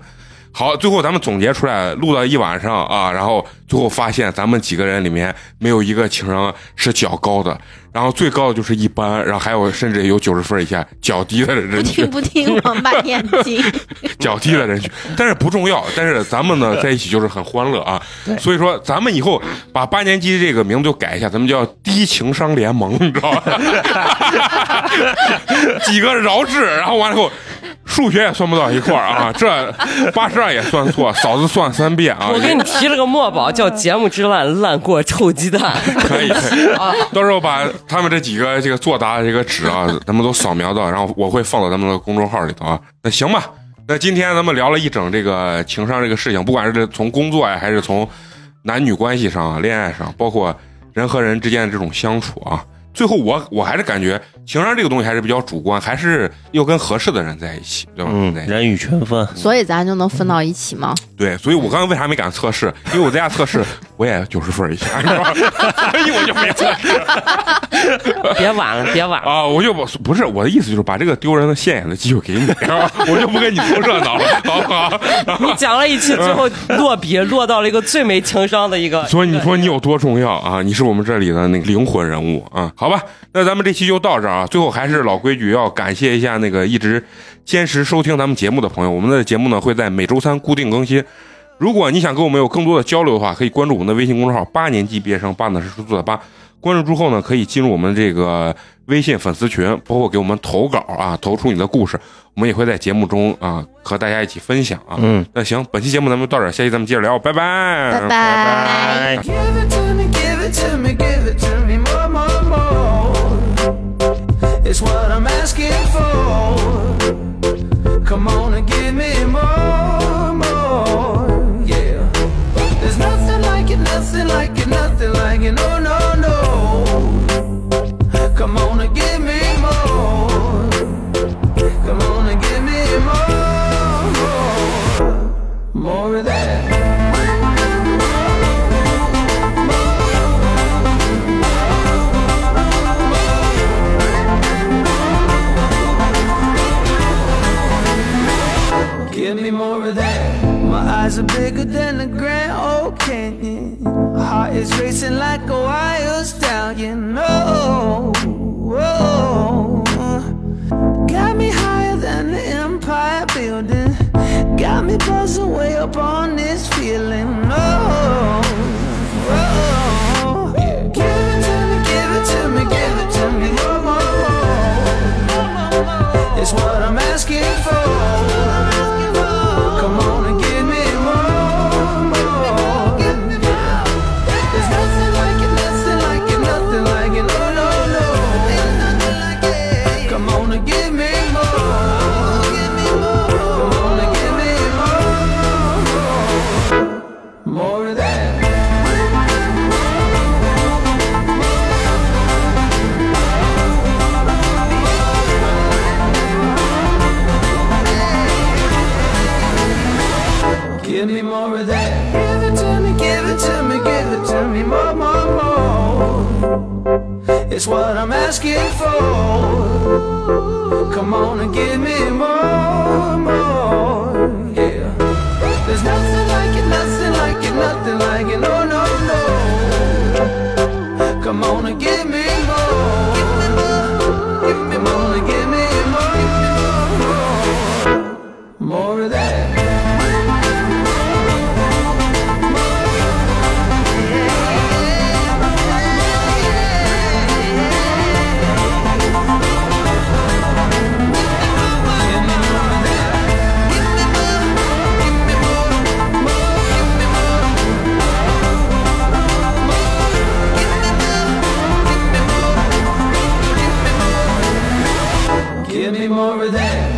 好，最后咱们总结出来，录了一晚上啊，然后最后发现咱们几个人里面没有一个情商是较高的，然后最高的就是一般，然后还有甚至有九十分以下较低的不人群听，不听，王八眼睛。 [laughs] 较低的人群，但是不重要。但是咱们 [laughs] 呢，在一起就是很欢乐啊。所以说，咱们以后把八年级这个名字就改一下，咱们叫低情商联盟，你知道吧？ [laughs] 几个饶智，然后完了以后，数学也算不到一块儿啊，这八十二也算错，嫂子算三遍啊，我给你提了个墨宝，叫节目之烂，烂过臭 [laughs] 鸡蛋。可以，啊可以到时候把他们这几个这个作答的这个纸 [laughs] 啊，咱们都扫描到，然后我会放到咱们的公众号里头啊。那行吧，那今天咱们聊了一整这个情商这个事情，不管是从工作呀，还是从男女关系上啊、恋爱上，包括人和人之间的这种相处啊。最后我我还是感觉情商这个东西还是比较主观，还是要跟合适的人在一起，对吧？嗯，在一起人以群分。所以咱就能分到一起吗？对，所以我刚刚为啥没敢测试？因为我在家测试，我也九十分以下，你知道吧 [laughs] 所以我就没测试。别晚了，别晚 [laughs] 了。啊，我就不不是我的意思，就是把这个丢人的现眼的机会给你，然后我就不跟你凑热闹了，好不好？你讲了一期，最后落笔落到了一个最没情商的一个。所以你说你有多重要啊？你是我们这里的那个灵魂人物啊，好吧？那咱们这期就到这儿啊。最后还是老规矩，要感谢一下那个一直坚持收听咱们节目的朋友。我们的节目呢会在每周三固定更新。如果你想跟我们有更多的交流的话，可以关注我们的微信公众号“八年级毕业生”，八呢是数字的八。关注之后呢，可以进入我们这个微信粉丝群，包括给我们投稿啊，投出你的故事，我们也会在节目中啊和大家一起分享啊。嗯，那行，本期节目咱们就到这儿，下期咱们接着聊，拜拜，拜拜拜。 Give it to me, give it to me, give it to me more, more, more. It's what I'm asking for. Come on and give me more, more. Yeah. There's nothing like it, nothing like it, nothing like it. No, no, no. Come on and give me more. Come on and give me more, more. More of that. Give me more of that. My eyes are bigger than the Grand Old Canyon. Heart is racing like a wild stallion. Oh, oh, oh. got me higher than the Empire Building. Got me buzzing way up on this feeling. Oh, oh, oh. Give it to me, give it to me, give it to me. Oh, oh, oh. It's what I'm asking for. Come on and give me more, more. There's nothing like it, nothing like it, nothing like it. No, no, no. Come on and give me more. Come on and give me more, more. More of that. Give me more of that. Give it to me, give it to me, give it to me more, more, more. It's what I'm asking for. Come on and give me more, more. Yeah. There's nothing like it, nothing like it, nothing like it. No, no, no. Come on and give me more. Give me more and give me more. More of that. Give me more of that.